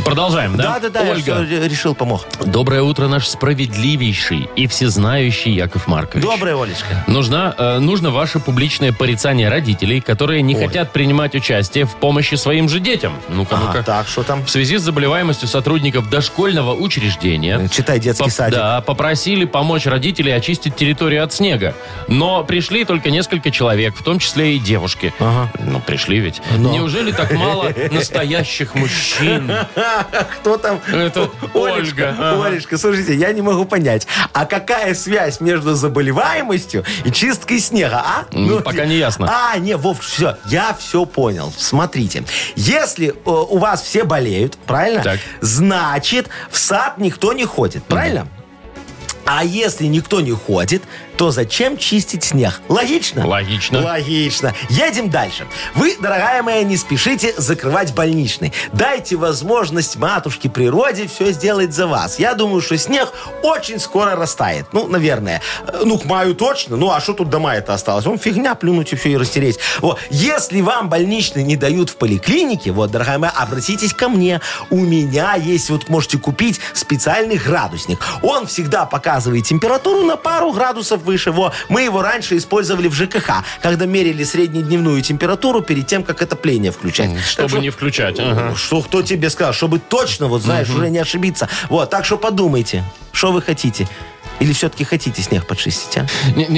Speaker 1: Продолжаем, да?
Speaker 2: Да-да-да, я
Speaker 1: Ольга.
Speaker 2: всё ре- решил, помог.
Speaker 1: Доброе утро, наш справедливейший и всезнающий Яков Маркович.
Speaker 2: Доброе, Олечка.
Speaker 1: Нужна, э, нужно ваше публичное порицание родителей, которые не хотят принимать участие в помощи своим же детям. А Ну-ка,
Speaker 2: Ага,
Speaker 1: ну-ка.
Speaker 2: А, так, что там?
Speaker 1: В связи с заболеваемостью сотрудников дошкольного учреждения...
Speaker 2: Читай детский
Speaker 1: по-
Speaker 2: садик.
Speaker 1: Да, по просили помочь родителей очистить территорию от снега. Но пришли только несколько человек, в том числе и девушки. Ну, пришли ведь. Неужели так
Speaker 2: (laughs)
Speaker 1: мало настоящих мужчин?
Speaker 2: Кто там?
Speaker 1: Это Ольга. Ага.
Speaker 2: Олечка, слушайте, я не могу понять, а какая связь между заболеваемостью и чисткой снега, а?
Speaker 1: М, пока не ясно.
Speaker 2: А, не, Вов, все, я все понял. Смотрите, если э, у вас все болеют, правильно?
Speaker 1: Так.
Speaker 2: Значит, в сад никто не ходит, правильно? А если никто не ходит, то зачем чистить снег? Логично?
Speaker 1: Логично.
Speaker 2: Логично. Едем дальше. Вы, дорогая моя, не спешите закрывать больничный. Дайте возможность матушке природе все сделать за вас. Я думаю, что снег очень скоро растает. Ну, наверное. Э, Ну, к маю точно. Ну, а что тут до мая-то осталось? Он фигня, плюнуть и все, и растереть. Вот. Если вам больничный не дают в поликлинике, вот, дорогая моя, обратитесь ко мне. У меня есть, вот можете купить специальный градусник. Он всегда показывает температуру на пару градусов выше. Во, мы его раньше использовали в ЖКХ, когда мерили среднедневную температу перед тем, как отопление включать. Так
Speaker 1: Чтобы
Speaker 2: что-
Speaker 1: не включать. ага.
Speaker 2: Что кто тебе сказал? Чтобы точно, вот знаешь, уже не ошибиться. Вот, так что подумайте, что вы хотите. Или все-таки хотите снег подчистить, а?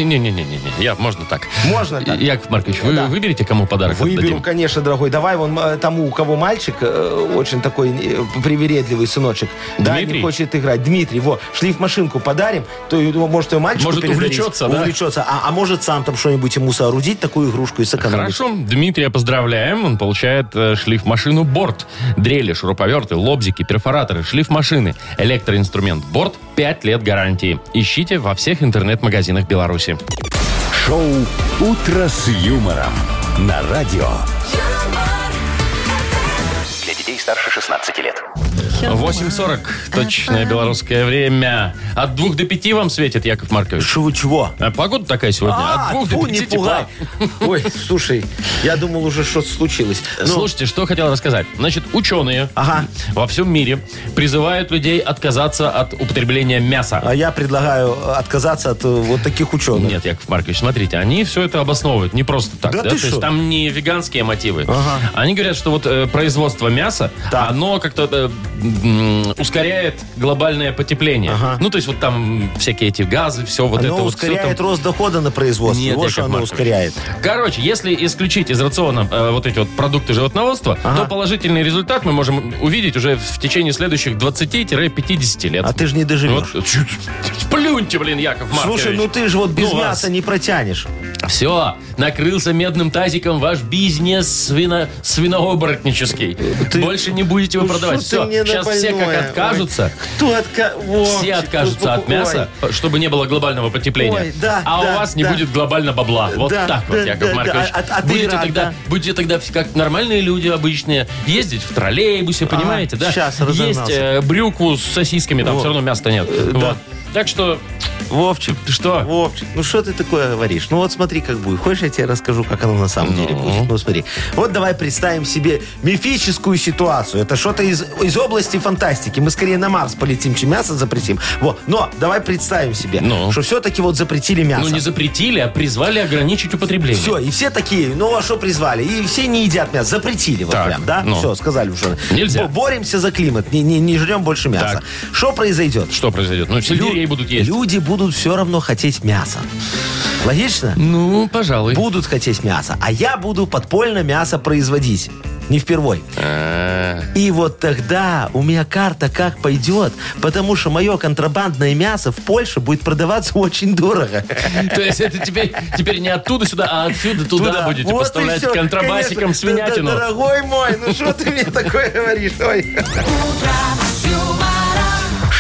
Speaker 1: Не-не-не-не-не-не. Я, можно так.
Speaker 2: Можно так.
Speaker 1: Яков Маркович, вы выберете, кому подарок
Speaker 2: Выберу,
Speaker 1: отдадим?
Speaker 2: конечно, дорогой. Давай вон э, тому, у кого мальчик, э, очень такой э, привередливый сыночек. Да,
Speaker 1: Дмитрий?
Speaker 2: не хочет играть. Дмитрий, во, шлифмашинку подарим, то и, ну, может, ее мальчику
Speaker 1: Может,
Speaker 2: передарить.
Speaker 1: увлечется, да?
Speaker 2: Увлечется. А, а может, сам там что-нибудь ему соорудить, такую игрушку и сэкономить.
Speaker 1: Хорошо, Дмитрия поздравляем. Он получает э, шлифмашину «Борт». Дрели, шуруповерты, лобзики, перфораторы, шлифмашины. Электроинструмент «Борт» 5 лет гарантии. Ищите во всех интернет-магазинах Беларуси.
Speaker 3: Шоу «Утро с юмором» на радио.
Speaker 4: Для детей старше 16 лет.
Speaker 1: 8.40, точное белорусское время. От 2 до 5 вам светит, Яков Маркович.
Speaker 2: Чего, чего?
Speaker 1: А Погода такая сегодня.
Speaker 2: А,
Speaker 1: От 2
Speaker 2: тьфу,
Speaker 1: до
Speaker 2: не
Speaker 1: 5 тепла.
Speaker 2: пугай. Ой, слушай, я думал уже, что случилось.
Speaker 1: Э,
Speaker 2: Ну,
Speaker 1: Слушайте, что хотел рассказать. Значит, ученые
Speaker 2: Ага.
Speaker 1: во всем мире призывают людей отказаться от употребления мяса.
Speaker 2: а я предлагаю э, отказаться от э, вот таких ученых.
Speaker 1: Нет, Яков Маркович, смотрите, они все это обосновывают не просто так.
Speaker 2: Да ты
Speaker 1: То есть
Speaker 2: что?
Speaker 1: там не веганские мотивы.
Speaker 2: Ага.
Speaker 1: Они говорят, что вот э, производство мяса,
Speaker 2: Так.
Speaker 1: оно как-то э, м, ускоряет глобальное потепление.
Speaker 2: Ага.
Speaker 1: Ну, то есть вот там всякие эти газы, все вот это
Speaker 2: Оно
Speaker 1: вот. всё там.
Speaker 2: ускоряет рост дохода на производстве.
Speaker 1: Нет,
Speaker 2: вот что
Speaker 1: Яков
Speaker 2: оно
Speaker 1: Маркович.
Speaker 2: ускоряет.
Speaker 1: Короче, если исключить из рациона э, вот эти вот продукты животноводства, то положительный результат мы можем увидеть уже в течение следующих 20-50 лет.
Speaker 2: А ты же не
Speaker 1: Вот,
Speaker 2: доживешь.
Speaker 1: чуть- плюньте, блин, Яков Маркович.
Speaker 2: Слушай, ну ты же вот без
Speaker 1: Ну, а
Speaker 2: мяса не протянешь.
Speaker 1: Все, накрылся медным тазиком ваш бизнес свино, свинооборотнический.
Speaker 2: Э, ты-
Speaker 1: Больше не будете вы
Speaker 2: Ну,
Speaker 1: продавать.
Speaker 2: что
Speaker 1: Все,
Speaker 2: ты мне на
Speaker 1: сейчас все как
Speaker 2: больное?
Speaker 1: откажутся,
Speaker 2: Ой, Кто отка...
Speaker 1: все
Speaker 2: Вовчик,
Speaker 1: откажутся
Speaker 2: ну,
Speaker 1: от мяса, чтобы не было глобального потепления.
Speaker 2: Ой, да,
Speaker 1: а у
Speaker 2: да,
Speaker 1: вас не
Speaker 2: да.
Speaker 1: будет глобально бабла. Вот
Speaker 2: Да,
Speaker 1: так вот,
Speaker 2: да,
Speaker 1: Яков
Speaker 2: да,
Speaker 1: Маркович.
Speaker 2: да, а- а ты
Speaker 1: будете,
Speaker 2: рад,
Speaker 1: тогда,
Speaker 2: да?
Speaker 1: будете тогда вс- как нормальные люди обычные ездить в троллейбусе, понимаете, да?
Speaker 2: А, щас
Speaker 1: Есть
Speaker 2: разогнался.
Speaker 1: э, брюкву с сосисками, там все равно мяса нет. вот. Так что,
Speaker 2: Ой, Вовчик,
Speaker 1: ты что?
Speaker 2: Вовчик, ну что ты такое говоришь? Ну вот смотри, как будет. Хочешь, я тебе расскажу, как оно на самом деле будет? Ну смотри. Вот давай представим себе мифическую ситуацию. Это что-то из, из области фантастики. Мы скорее на Марс полетим, чем мясо запретим. Вот. Но давай представим себе,
Speaker 1: Ну.
Speaker 2: что все-таки вот запретили мясо.
Speaker 1: Ну, не запретили, а призвали ограничить употребление.
Speaker 2: Все, и все такие, ну а что призвали? И все не едят мясо, запретили вот
Speaker 1: Так,
Speaker 2: прям, да?
Speaker 1: ну.
Speaker 2: Все, сказали уже.
Speaker 1: Нельзя.
Speaker 2: Бо- Боремся за климат, не, не, не жрем больше мяса.
Speaker 1: Так.
Speaker 2: Что произойдет?
Speaker 1: Что произойдет? Ну, сельдерей будут есть.
Speaker 2: Люди будут все равно хотеть мяса. Логично?
Speaker 1: Ну, пожалуй.
Speaker 2: Будут хотеть мясо, а я буду подпольно мясо производить. Не впервой.
Speaker 1: А.
Speaker 2: И вот тогда у меня карта как пойдет, потому что мое контрабандное мясо в Польше будет продаваться (laughs) очень дорого.
Speaker 1: То есть это теперь, теперь не оттуда сюда, а отсюда туда,
Speaker 2: Туда.
Speaker 1: будете
Speaker 2: Вот и
Speaker 1: поставлять
Speaker 2: всё,
Speaker 1: контрабасиком
Speaker 2: конечно. Да- да,
Speaker 1: свинятину.
Speaker 2: Дорогой мой, ну что ты мне такое говоришь? Ой.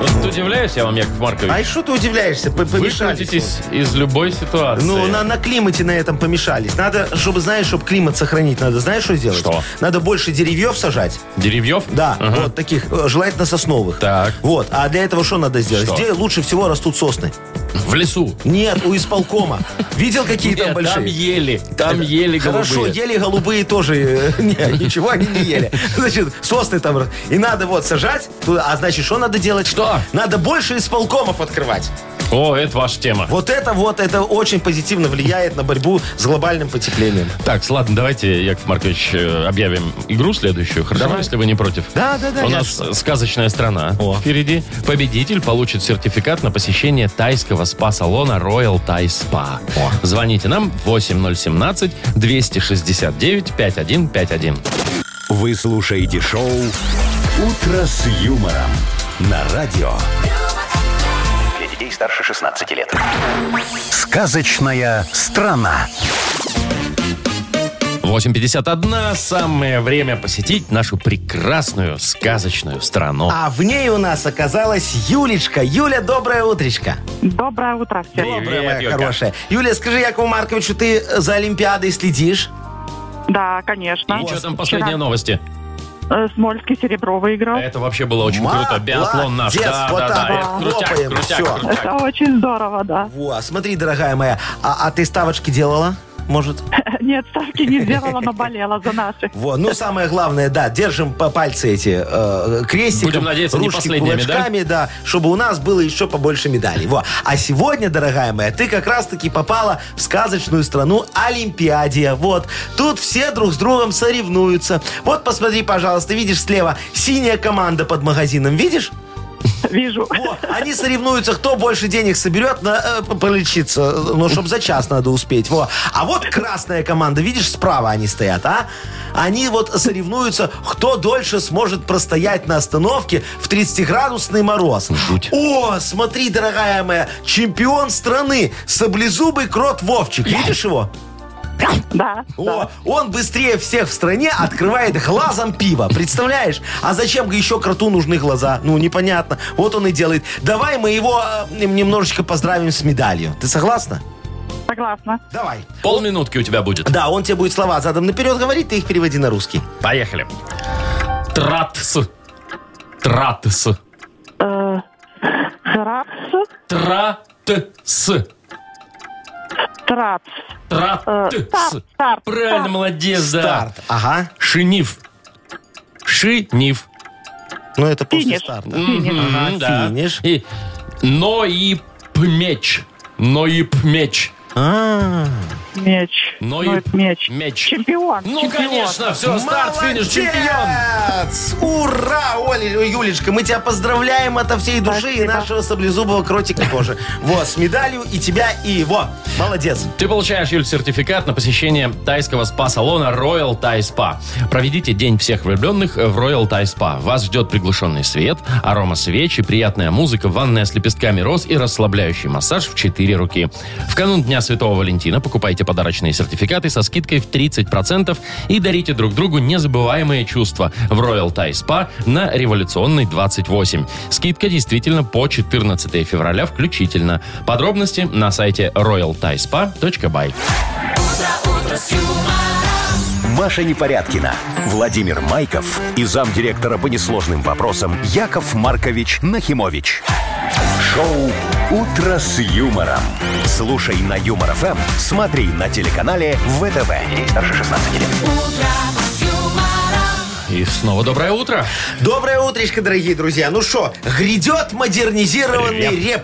Speaker 1: Вот удивляюсь я вам, Яков Маркович.
Speaker 2: А и что ты удивляешься? П- Помешались.
Speaker 1: Выкрутитесь из любой ситуации.
Speaker 2: Ну, на, на климате на этом помешались. Надо, чтобы, знаешь, чтобы климат сохранить, надо, знаешь, что сделать?
Speaker 1: Что?
Speaker 2: Надо больше деревьев сажать.
Speaker 1: Деревьев?
Speaker 2: Да, вот таких, э, желательно сосновых.
Speaker 1: Так.
Speaker 2: Вот, а для этого что надо сделать?
Speaker 1: Что?
Speaker 2: Где лучше всего растут сосны?
Speaker 1: В лесу.
Speaker 2: Нет, у исполкома. Видел, какие
Speaker 1: Нет,
Speaker 2: там большие?
Speaker 1: там ели, там ели
Speaker 2: Хорошо,
Speaker 1: голубые.
Speaker 2: ели голубые тоже. (laughs) э, не, ничего они не ели. Значит, сосны там. И надо вот сажать. туда. А значит, что надо делать?
Speaker 1: Что?
Speaker 2: Надо больше исполкомов открывать.
Speaker 1: О, это ваша тема.
Speaker 2: Вот это вот, это очень позитивно влияет на борьбу с глобальным потеплением.
Speaker 1: Так, ладно, давайте, Яков Маркович, э, объявим игру следующую. Хорошо, если вы не против.
Speaker 2: Да, да, да.
Speaker 1: У
Speaker 2: я
Speaker 1: нас
Speaker 2: ж-
Speaker 1: сказочная страна
Speaker 2: О.
Speaker 1: впереди. Победитель получит сертификат на посещение тайского спа-салона Royal Thai Spa. Звоните нам 8017-269-5151.
Speaker 3: Вы слушаете шоу «Утро с юмором» на радио.
Speaker 4: Для детей старше 16 лет.
Speaker 3: Сказочная страна.
Speaker 1: 8.51. Самое время посетить нашу прекрасную сказочную страну.
Speaker 2: А в ней у нас оказалась Юлечка. Юля, доброе утречко.
Speaker 7: Доброе утро всем.
Speaker 2: Доброе, моя
Speaker 1: Юлька.
Speaker 2: хорошая. Юля, скажи, Якову Марковичу, ты за Олимпиадой следишь?
Speaker 7: Да, конечно.
Speaker 1: И что Ну, там последние
Speaker 7: Вчера, А?
Speaker 1: новости?
Speaker 7: э, Смольский Сереброва играл.
Speaker 1: Это вообще было очень круто.
Speaker 2: Молодец,
Speaker 1: Биатлон наш. Да,
Speaker 2: вот
Speaker 1: да,
Speaker 2: так
Speaker 1: да.
Speaker 2: вот
Speaker 1: Это Крутяк,
Speaker 2: хлопаем,
Speaker 1: крутяк,
Speaker 2: всё.
Speaker 1: крутяк.
Speaker 7: Это очень здорово, да.
Speaker 2: Во, смотри, дорогая моя, а, а ты ставочки делала? Может?
Speaker 7: Нет, ставки не сделала, но болела за наших.
Speaker 2: Во, ну самое главное, да, держим по пальцы эти э, крестиком,
Speaker 1: Будем надеяться, не
Speaker 2: ручки
Speaker 1: последними, да?
Speaker 2: кулачками, да? чтобы у нас было еще побольше медалей. Во. А сегодня, дорогая моя, ты как раз-таки попала в сказочную страну Олимпиадия. Вот, тут все друг с другом соревнуются. Вот, посмотри, пожалуйста, видишь слева синяя команда под магазином, видишь?
Speaker 7: Вижу.
Speaker 2: Во, они соревнуются, кто больше денег соберет на э, полечиться. Ну, чтобы за час надо успеть. Во. А вот красная команда, видишь, справа они стоят, а? Они вот соревнуются, кто дольше сможет простоять на остановке в 30-градусный мороз.
Speaker 1: Жуть.
Speaker 2: О, смотри, дорогая моя, чемпион страны, саблезубый крот Вовчик. Видишь его?
Speaker 7: Да.
Speaker 2: О, он быстрее всех в стране открывает глазом пиво. Представляешь? А зачем еще кроту нужны глаза? Ну, непонятно. Вот он и делает. Давай мы его э, немножечко поздравим с медалью. Ты согласна?
Speaker 7: Согласна.
Speaker 2: Давай.
Speaker 1: Полминутки у тебя будет.
Speaker 2: Да, он тебе будет слова задом наперед говорить, ты их переводи на русский.
Speaker 1: Поехали. Тратс. Тратс.
Speaker 7: Э, Трац.
Speaker 1: Тратс.
Speaker 7: Трац. Э,
Speaker 1: Тратс.
Speaker 7: Старт. Старт.
Speaker 1: Правильно,
Speaker 7: старт.
Speaker 1: молодец, да.
Speaker 2: Старт. Ага.
Speaker 1: Шинив. Шинив.
Speaker 2: Ну, это после
Speaker 7: Финиш.
Speaker 2: старта.
Speaker 7: Финиш.
Speaker 1: Мгм, да.
Speaker 2: финиш.
Speaker 1: И ноипмеч. Ноипмеч.
Speaker 2: А,
Speaker 7: Меч.
Speaker 1: Ну и
Speaker 7: Ну, это меч.
Speaker 1: меч.
Speaker 7: Чемпион.
Speaker 1: Ну,
Speaker 7: чемпион.
Speaker 1: конечно, все, старт, финиш, чемпион.
Speaker 2: Молодец! Ура, Оля, ой, Юлечка, мы тебя поздравляем от всей души и
Speaker 7: Спасибо.
Speaker 2: нашего саблезубого кротика тоже. Вот, с медалью и тебя, и его. Молодец.
Speaker 1: Ты получаешь, Юль, сертификат на посещение тайского спа-салона Royal Thai Spa. Проведите день всех влюбленных в Royal Thai Spa. Вас ждет приглушенный свет, арома свечи, приятная музыка, ванная с лепестками роз и расслабляющий массаж в четыре руки. В канун Дня Святого Валентина А покупайте подарочные сертификаты со скидкой в 30% и дарите друг другу незабываемые чувства в Royal Thai Spa на Революционной 28. Скидка действительно по 14 февраля включительно. Подробности на сайте royalthaispa.by.
Speaker 3: Маша Непорядкина, Владимир Майков и замдиректора по несложным вопросам Яков Маркович Нахимович. Шоу «Утро с юмором». Слушай на Юмор ФМ, смотри на телеканале ВТВ. Ей старше 16 лет.
Speaker 1: И снова доброе утро.
Speaker 2: Доброе утречко, дорогие друзья. Ну что, грядет модернизированный реп.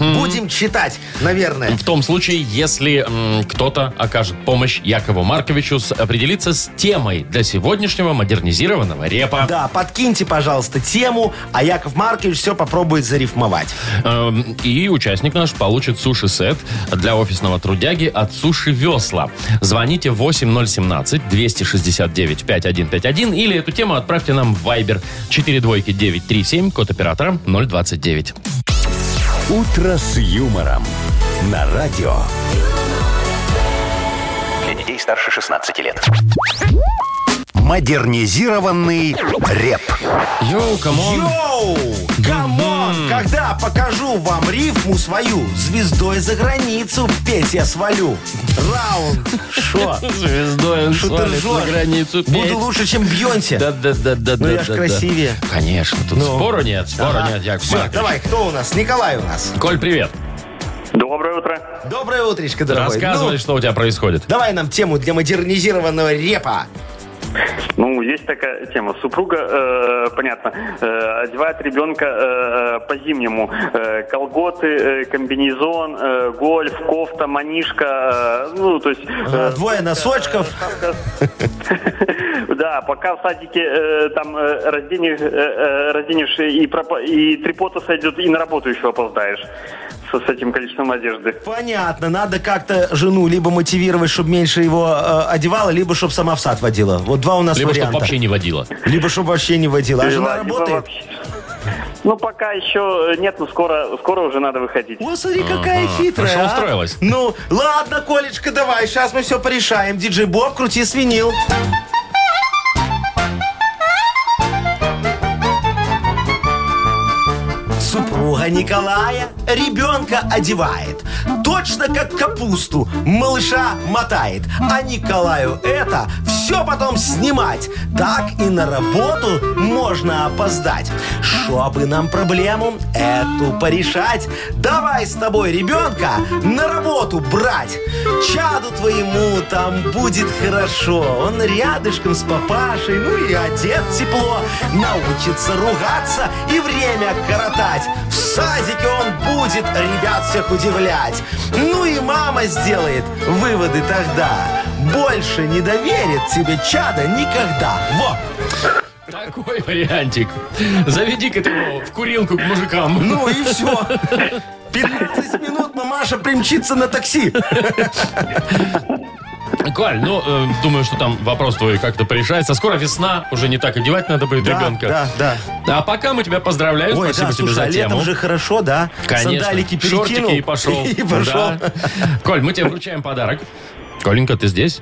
Speaker 2: Будем читать, наверное.
Speaker 1: В том случае, если м, кто-то окажет помощь Якову Марковичу с- определиться с темой для сегодняшнего модернизированного репа.
Speaker 2: Да, подкиньте, пожалуйста, тему, а Яков Маркович все попробует зарифмовать.
Speaker 1: Эм, И участник наш получит суши-сет для офисного трудяги от Суши Весла. Звоните 8017-269-5151 или эту тему отправьте нам в Viber 42937, код оператора 029.
Speaker 3: «Утро с юмором» на радио.
Speaker 4: Для детей старше 16 лет.
Speaker 3: Модернизированный реп.
Speaker 1: Йоу, камон!
Speaker 2: Йоу! Камон! Когда покажу вам рифму свою, звездой за границу петь я свалю. Раунд.
Speaker 1: (laughs)
Speaker 2: Шо?
Speaker 1: Звездой он
Speaker 2: Шо ты
Speaker 1: свалит
Speaker 2: ржёшь?
Speaker 1: на границу.
Speaker 2: Буду лучше, чем Бьонсе.
Speaker 1: Да-да-да-да.
Speaker 2: Ну, я ж красивее.
Speaker 1: Конечно, тут
Speaker 2: Ну.
Speaker 1: спора нет, спора нет, Яков
Speaker 2: Все,
Speaker 1: Маркович.
Speaker 2: давай, кто у нас? Николай у нас.
Speaker 1: Коль, привет.
Speaker 5: Доброе утро.
Speaker 2: Доброе утречко, дорогой.
Speaker 1: Рассказывай,
Speaker 2: Ну,
Speaker 1: что у тебя происходит.
Speaker 2: Давай нам тему для модернизированного репа.
Speaker 5: Ну, есть такая тема. Супруга, э, понятно, э, одевает ребенка э, по-зимнему. Э, колготы, э, комбинезон, э, гольф, кофта, манишка. э, ну, то есть...
Speaker 2: Ага,
Speaker 5: э,
Speaker 2: Двое носочков.
Speaker 5: (laughs) Да, пока в садике э, там э, разденешь, э, э, разденешь и, пропа- и трепота сойдет, и на работу еще опоздаешь с, с этим количеством одежды.
Speaker 2: Понятно, надо как-то жену либо мотивировать, чтобы меньше его э, одевала, либо чтобы сама в сад водила. Вот два у нас
Speaker 1: Либо чтобы
Speaker 2: варианта.
Speaker 1: вообще не водила.
Speaker 2: Либо чтобы вообще не водила. А жена
Speaker 5: Либо- либо
Speaker 2: работает?
Speaker 5: типа вообще- Ну, пока еще нет, но скоро, скоро уже надо выходить.
Speaker 2: О, смотри, какая
Speaker 1: Ага,
Speaker 2: хитрая.
Speaker 1: хорошо
Speaker 2: а.
Speaker 1: устроилась.
Speaker 2: Ну, ладно, Колечка, давай, сейчас мы все порешаем. Диджей Боб, крути свинил. Супруга Николая ребенка одевает. Точно как капусту малыша мотает. А Николаю это все потом снимать. Так и на работу можно опоздать. Чтобы нам проблему эту порешать, давай с тобой ребенка на работу брать. Чаду твоему там будет хорошо. Он рядышком с папашей, ну и одет тепло. Научится ругаться и время коротать. В садике он будет ребят всех удивлять. Ну и мама сделает выводы тогда. Больше не доверит тебе чада никогда. Во!
Speaker 1: Такой вариантик. Заведи-ка ты его в курилку к мужикам.
Speaker 2: Ну и все. 15 минут мамаша примчится на такси.
Speaker 1: Коль, ну, э, думаю, что там вопрос твой как-то порешается. Скоро весна, уже не так одевать надо будет ребенка.
Speaker 2: Да, да.
Speaker 1: А пока мы тебя поздравляем,
Speaker 2: Ой,
Speaker 1: спасибо
Speaker 2: да,
Speaker 1: тебе
Speaker 2: слушай,
Speaker 1: за
Speaker 2: а
Speaker 1: тему.
Speaker 2: летом же хорошо, да?
Speaker 1: Конечно.
Speaker 2: Сандалики перекинул.
Speaker 1: Шортики и пошел.
Speaker 2: (laughs) И пошел.
Speaker 1: Да. Коль, мы тебе вручаем подарок. Коленька, ты здесь?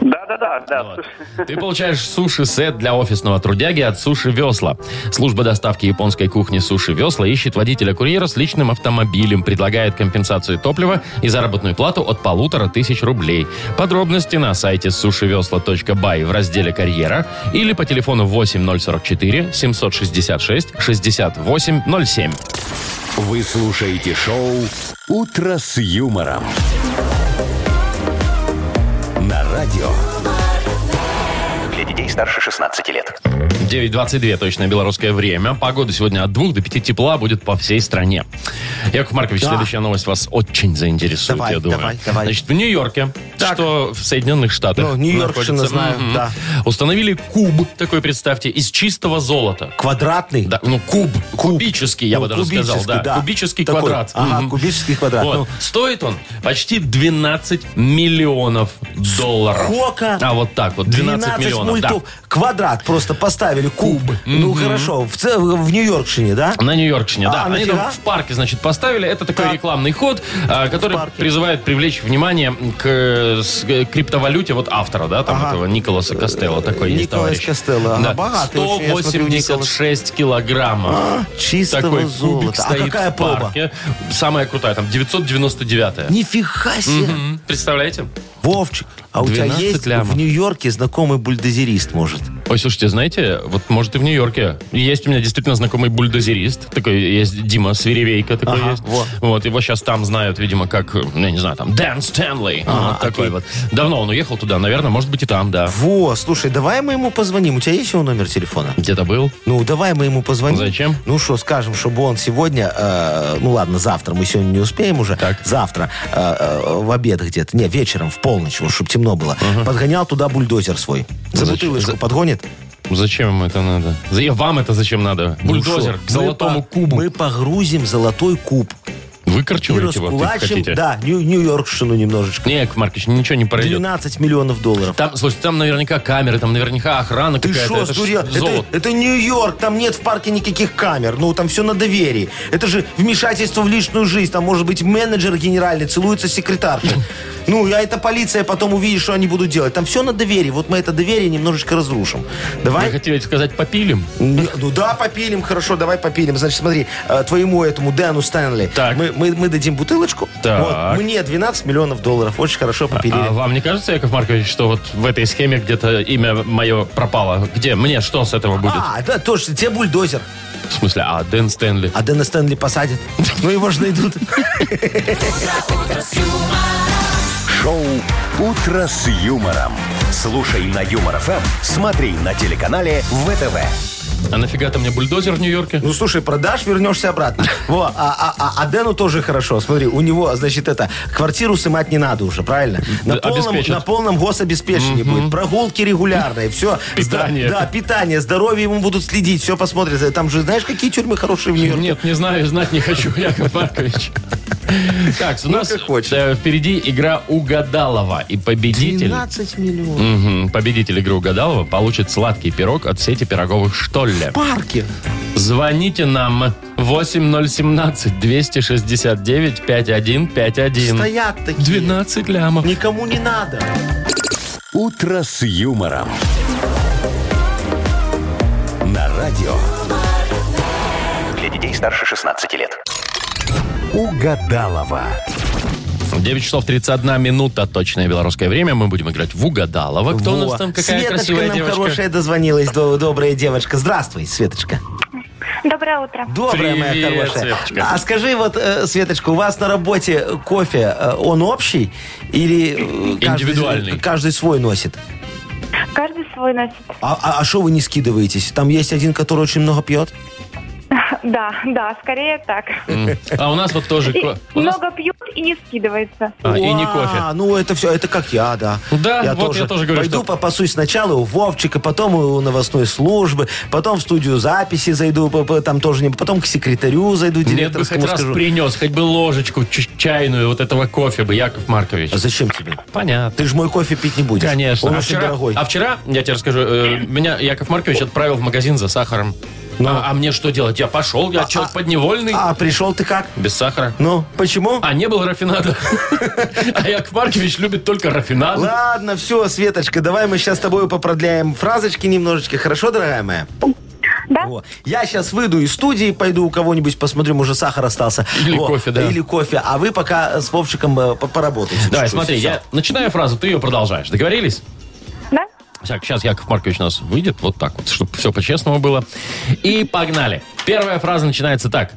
Speaker 5: Да-да-да. да.
Speaker 1: Вот. Ты получаешь суши-сет для офисного трудяги от Суши Весла. Служба доставки японской кухни Суши Весла ищет водителя-курьера с личным автомобилем, предлагает компенсацию топлива и заработную плату от полутора тысяч рублей. Подробности на сайте сушивесла.бай в разделе «Карьера» или по телефону 8044 766 6807.
Speaker 3: Вы слушаете шоу «Утро с юмором». На радио
Speaker 4: Для детей старше 16 лет.
Speaker 1: 9.22 точное белорусское время. Погода сегодня от 2 до 5 тепла будет по всей стране. Яков Маркович,
Speaker 2: Да.
Speaker 1: следующая новость вас очень заинтересует,
Speaker 2: Давай,
Speaker 1: я думаю.
Speaker 2: давай, давай.
Speaker 1: Значит, в Нью-Йорке,
Speaker 2: Так.
Speaker 1: что в Соединенных Штатах
Speaker 2: Ну, Нью-Йоркщина
Speaker 1: находится,
Speaker 2: знаю,
Speaker 1: мгм,
Speaker 2: да.
Speaker 1: Установили куб, такой, представьте, из чистого золота.
Speaker 2: Квадратный.
Speaker 1: Да, ну, куб, кубический, я
Speaker 2: Ну,
Speaker 1: бы даже сказал,
Speaker 2: кубический,
Speaker 1: да. Кубический
Speaker 2: Такой.
Speaker 1: квадрат.
Speaker 2: Ага,
Speaker 1: Мгм.
Speaker 2: кубический квадрат.
Speaker 1: Вот.
Speaker 2: Ну,
Speaker 1: Стоит он почти 12 миллионов долларов.
Speaker 2: Сколько?
Speaker 1: А вот так вот, 12, миллионов, да.
Speaker 2: мультов. Квадрат просто поставили, куб. Ну, хорошо, в, ц- в Нью-Йоркшине, да?
Speaker 1: На Нью-Йоркщине,
Speaker 2: А,
Speaker 1: да. Они там
Speaker 2: нафига?
Speaker 1: в парке, значит, поставили. Это такой
Speaker 2: Так.
Speaker 1: рекламный ход, а, который
Speaker 2: парке.
Speaker 1: призывает привлечь внимание к, э, с- к криптовалюте вот автора, да, там
Speaker 2: Ага.
Speaker 1: этого Николаса Костелло, такой есть
Speaker 2: Николас
Speaker 1: товарищ.
Speaker 2: Костелло, ага,
Speaker 1: Да.
Speaker 2: богатый очень, я смотрю,
Speaker 1: 186 килограммов.
Speaker 2: А, Чистого
Speaker 1: Такой кубик
Speaker 2: золота. А
Speaker 1: стоит
Speaker 2: какая
Speaker 1: в
Speaker 2: проба?
Speaker 1: парке. Самая крутая, там 999
Speaker 2: Нифига себе.
Speaker 1: М, Представляете?
Speaker 2: Вовчик, а у тебя
Speaker 1: 12
Speaker 2: есть
Speaker 1: лямов.
Speaker 2: в Нью-Йорке знакомый бульдозерист, может?
Speaker 1: Ой, слушайте, знаете, вот может и в Нью-Йорке. Есть у меня действительно знакомый бульдозерист. Такой есть Дима Свиревейка такой
Speaker 2: Ага,
Speaker 1: есть.
Speaker 2: вот.
Speaker 1: его сейчас там знают, видимо, как, э, я не знаю, там, Дэн Стэнли.
Speaker 2: А,
Speaker 1: вот такой вот. Давно он уехал туда, наверное, может быть и там, да.
Speaker 2: Во, слушай, давай мы ему позвоним. У тебя есть его номер телефона?
Speaker 1: Где-то был.
Speaker 2: Ну, давай мы ему позвоним.
Speaker 1: Зачем?
Speaker 2: Ну что, скажем, чтобы он сегодня, э, ну ладно, завтра, мы сегодня не успеем уже.
Speaker 1: Так.
Speaker 2: Завтра э, э, в обед где-то, не, вечером, в полночь, вот, чтобы темно было. Подгонял туда бульдозер свой. За
Speaker 1: Зачем?
Speaker 2: бутылочку подгонит.
Speaker 1: Зачем ему это надо? За- и Вам это зачем надо? Бульдозер
Speaker 2: Ну
Speaker 1: к
Speaker 2: шо,
Speaker 1: золотому
Speaker 2: мы по-
Speaker 1: кубу.
Speaker 2: Мы погрузим золотой куб. И
Speaker 1: Выкорчиваете его, как
Speaker 2: раскулачим,
Speaker 1: хотите?
Speaker 2: да, Нью- Нью-Йоркшину немножечко.
Speaker 1: Не, Яков Маркович, ничего не пройдет.
Speaker 2: 12 миллионов долларов.
Speaker 1: Там, слушайте, там наверняка камеры, там наверняка охрана
Speaker 2: Ты
Speaker 1: какая-то.
Speaker 2: что,
Speaker 1: Это ж
Speaker 2: сдурел? Это,
Speaker 1: золото.
Speaker 2: это Нью-Йорк, там нет в парке никаких камер. Ну, там все на доверии. Это же вмешательство в личную жизнь. Там может быть менеджер генеральный целуется с секретаршей. Ну, а это полиция потом увидит, что они будут делать. Там все на доверии. Вот мы это доверие немножечко разрушим.
Speaker 1: Вы
Speaker 2: Давай.
Speaker 1: хотели сказать, попилим?
Speaker 2: Н- Ну да, попилим, хорошо, давай попилим. Значит, смотри, э, твоему этому Дэну Стэнли
Speaker 1: Так.
Speaker 2: Мы, мы, мы дадим бутылочку.
Speaker 1: Так.
Speaker 2: Вот, мне 12 миллионов долларов. Очень хорошо попилили.
Speaker 1: А вам не кажется, Яков Маркович, что вот в этой схеме где-то имя мое пропало? Где? Мне что с этого будет?
Speaker 2: А, да, точно, тебе бульдозер.
Speaker 1: В смысле, а, Дэн Стэнли.
Speaker 2: А Дэна Стэнли посадят. Ну, его же найдут.
Speaker 3: шоу «Утро с юмором» Слушай на Юмор ФМ, смотри на телеканале ВТВ.
Speaker 1: А нафига ты мне бульдозер в Нью-Йорке?
Speaker 2: Ну, слушай, продашь, вернешься обратно. Во, а, а, а- а Дэну тоже хорошо. Смотри, у него, значит, это, квартиру снимать не надо уже, правильно? На
Speaker 1: Да,
Speaker 2: полном,
Speaker 1: обеспечат.
Speaker 2: на полном гособеспечении будет. Прогулки регулярные, все.
Speaker 1: Питание.
Speaker 2: Да, питание, здоровье ему будут следить, все посмотрят. Там же, знаешь, какие тюрьмы хорошие в Нью-Йорке?
Speaker 1: Нет, не знаю, знать не хочу, (laughs) Яков Маркович. Так, у нас
Speaker 2: Ну, как хочешь.
Speaker 1: э, впереди игра Угадалова. И победитель...
Speaker 2: 12 миллионов.
Speaker 1: Мгм, Победитель игры Угадалова получит сладкий пирог от сети пироговых «Штолле».
Speaker 2: Парки.
Speaker 1: Звоните нам 8017-269-5151.
Speaker 2: Стоят такие.
Speaker 1: 12 лямов.
Speaker 2: Никому не надо.
Speaker 3: Утро с юмором. На радио
Speaker 4: Для детей старше 16 лет.
Speaker 3: Угадалова.
Speaker 1: 9 часов 31 минута, точное белорусское время. Мы будем играть в Угадалова. Кто у
Speaker 2: Во.
Speaker 1: нас там? Какая
Speaker 2: Светочка
Speaker 1: красивая
Speaker 2: нам
Speaker 1: девочка.
Speaker 2: хорошая дозвонилась, до- добрая девочка. Здравствуй, Светочка.
Speaker 8: Доброе утро.
Speaker 2: Добрая моя
Speaker 1: Привет,
Speaker 2: хорошая.
Speaker 1: Светочка.
Speaker 2: А скажи, вот, э, Светочка, у вас на работе кофе, э, он общий или... э, каждый-
Speaker 1: Индивидуальный.
Speaker 2: Каждый свой носит.
Speaker 8: Каждый свой носит.
Speaker 2: А что вы не скидываетесь? Там есть один, который очень много пьет?
Speaker 8: Да, да, скорее так.
Speaker 1: М. А у нас вот тоже...
Speaker 8: И
Speaker 1: ко- у нас-
Speaker 8: много пьют и не скидывается.
Speaker 1: А, и не
Speaker 2: Уа,
Speaker 1: кофе.
Speaker 2: Ну, это все, это как я, да.
Speaker 1: Да, вот я тоже говорю,
Speaker 2: Пойду
Speaker 1: что-
Speaker 2: попасусь сначала у Вовчика, потом у новостной службы, потом в студию записи зайду, п- п- там тоже не... Потом к секретарю зайду,
Speaker 1: Нет, бы хоть
Speaker 2: директорскому
Speaker 1: раз
Speaker 2: скажу.
Speaker 1: принес, хоть бы ложечку ч- чайную вот этого кофе бы, Яков Маркович.
Speaker 2: А зачем тебе?
Speaker 1: Понятно.
Speaker 2: Ты же мой кофе пить не будешь.
Speaker 1: Конечно.
Speaker 2: Он
Speaker 1: а,
Speaker 2: очень
Speaker 1: вчера,
Speaker 2: дорогой.
Speaker 1: а вчера, я тебе расскажу, э, меня Яков Маркович отправил в магазин за сахаром. А, а мне что делать? Я пошел, я человек подневольный,
Speaker 2: Ну. А пришел ты как?
Speaker 1: без сахара.
Speaker 2: Ну, почему?
Speaker 1: А не было рафинада. (laughs) А Яков Маркович любит только рафинад.
Speaker 2: Ладно, все, Светочка, давай мы сейчас с тобой попродляем фразочки немножечко. Хорошо, дорогая моя?
Speaker 8: Да?
Speaker 2: Во. Я сейчас выйду из студии, пойду у кого-нибудь посмотрю, может, сахар остался.
Speaker 1: Или кофе, да.
Speaker 2: Или кофе. А вы пока с Вовчиком э, по- поработайте.
Speaker 1: Давай,
Speaker 2: чуть-чуть.
Speaker 1: смотри,
Speaker 2: Всё.
Speaker 1: я начинаю фразу, ты ее продолжаешь. Договорились?
Speaker 8: Да?
Speaker 1: Так, сейчас Яков Маркович нас выйдет, вот так вот, чтобы все по-честному было. И погнали. Первая фраза начинается так.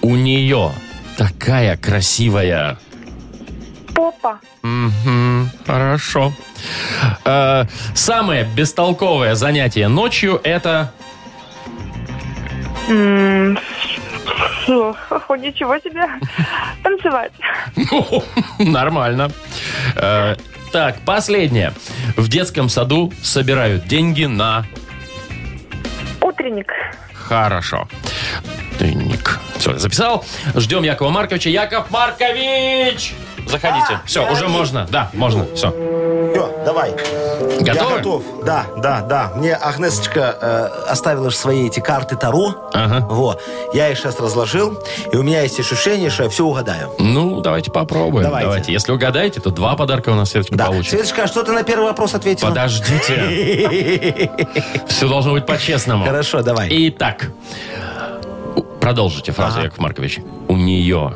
Speaker 1: У нее такая красивая...
Speaker 8: Попа.
Speaker 1: Мгм, хорошо. Э, самое бестолковое занятие ночью это... (laughs)
Speaker 8: М, фу, хо, Ничего себе. Танцевать.
Speaker 1: Нормально. Э, так, последнее. В детском саду собирают деньги на...
Speaker 8: Утренник.
Speaker 1: Хорошо. Тайник. Все, записал. Ждем Якова Марковича. Яков Маркович! Заходите. Все,
Speaker 2: я
Speaker 1: уже
Speaker 2: один.
Speaker 1: можно. Да, можно. Все.
Speaker 2: Всё, давай.
Speaker 1: Готовы?
Speaker 2: Я готов. Да, да, да. Мне Агнесочка э, оставила ж свои эти карты Таро.
Speaker 1: Ага.
Speaker 2: Во. Я их сейчас разложил. И у меня есть ощущение, что я все угадаю.
Speaker 1: Ну, давайте попробуем. Давайте.
Speaker 2: Давайте.
Speaker 1: Если угадаете, то два подарка у нас Светочка
Speaker 2: Да.
Speaker 1: получит.
Speaker 2: Светочка, а что ты на первый вопрос ответила?
Speaker 1: Подождите.
Speaker 2: (laughs)
Speaker 1: Все должно быть по-честному.
Speaker 2: Хорошо, давай.
Speaker 1: Итак, у- продолжите фразу,
Speaker 2: Ага.
Speaker 1: Яков Маркович. У нее,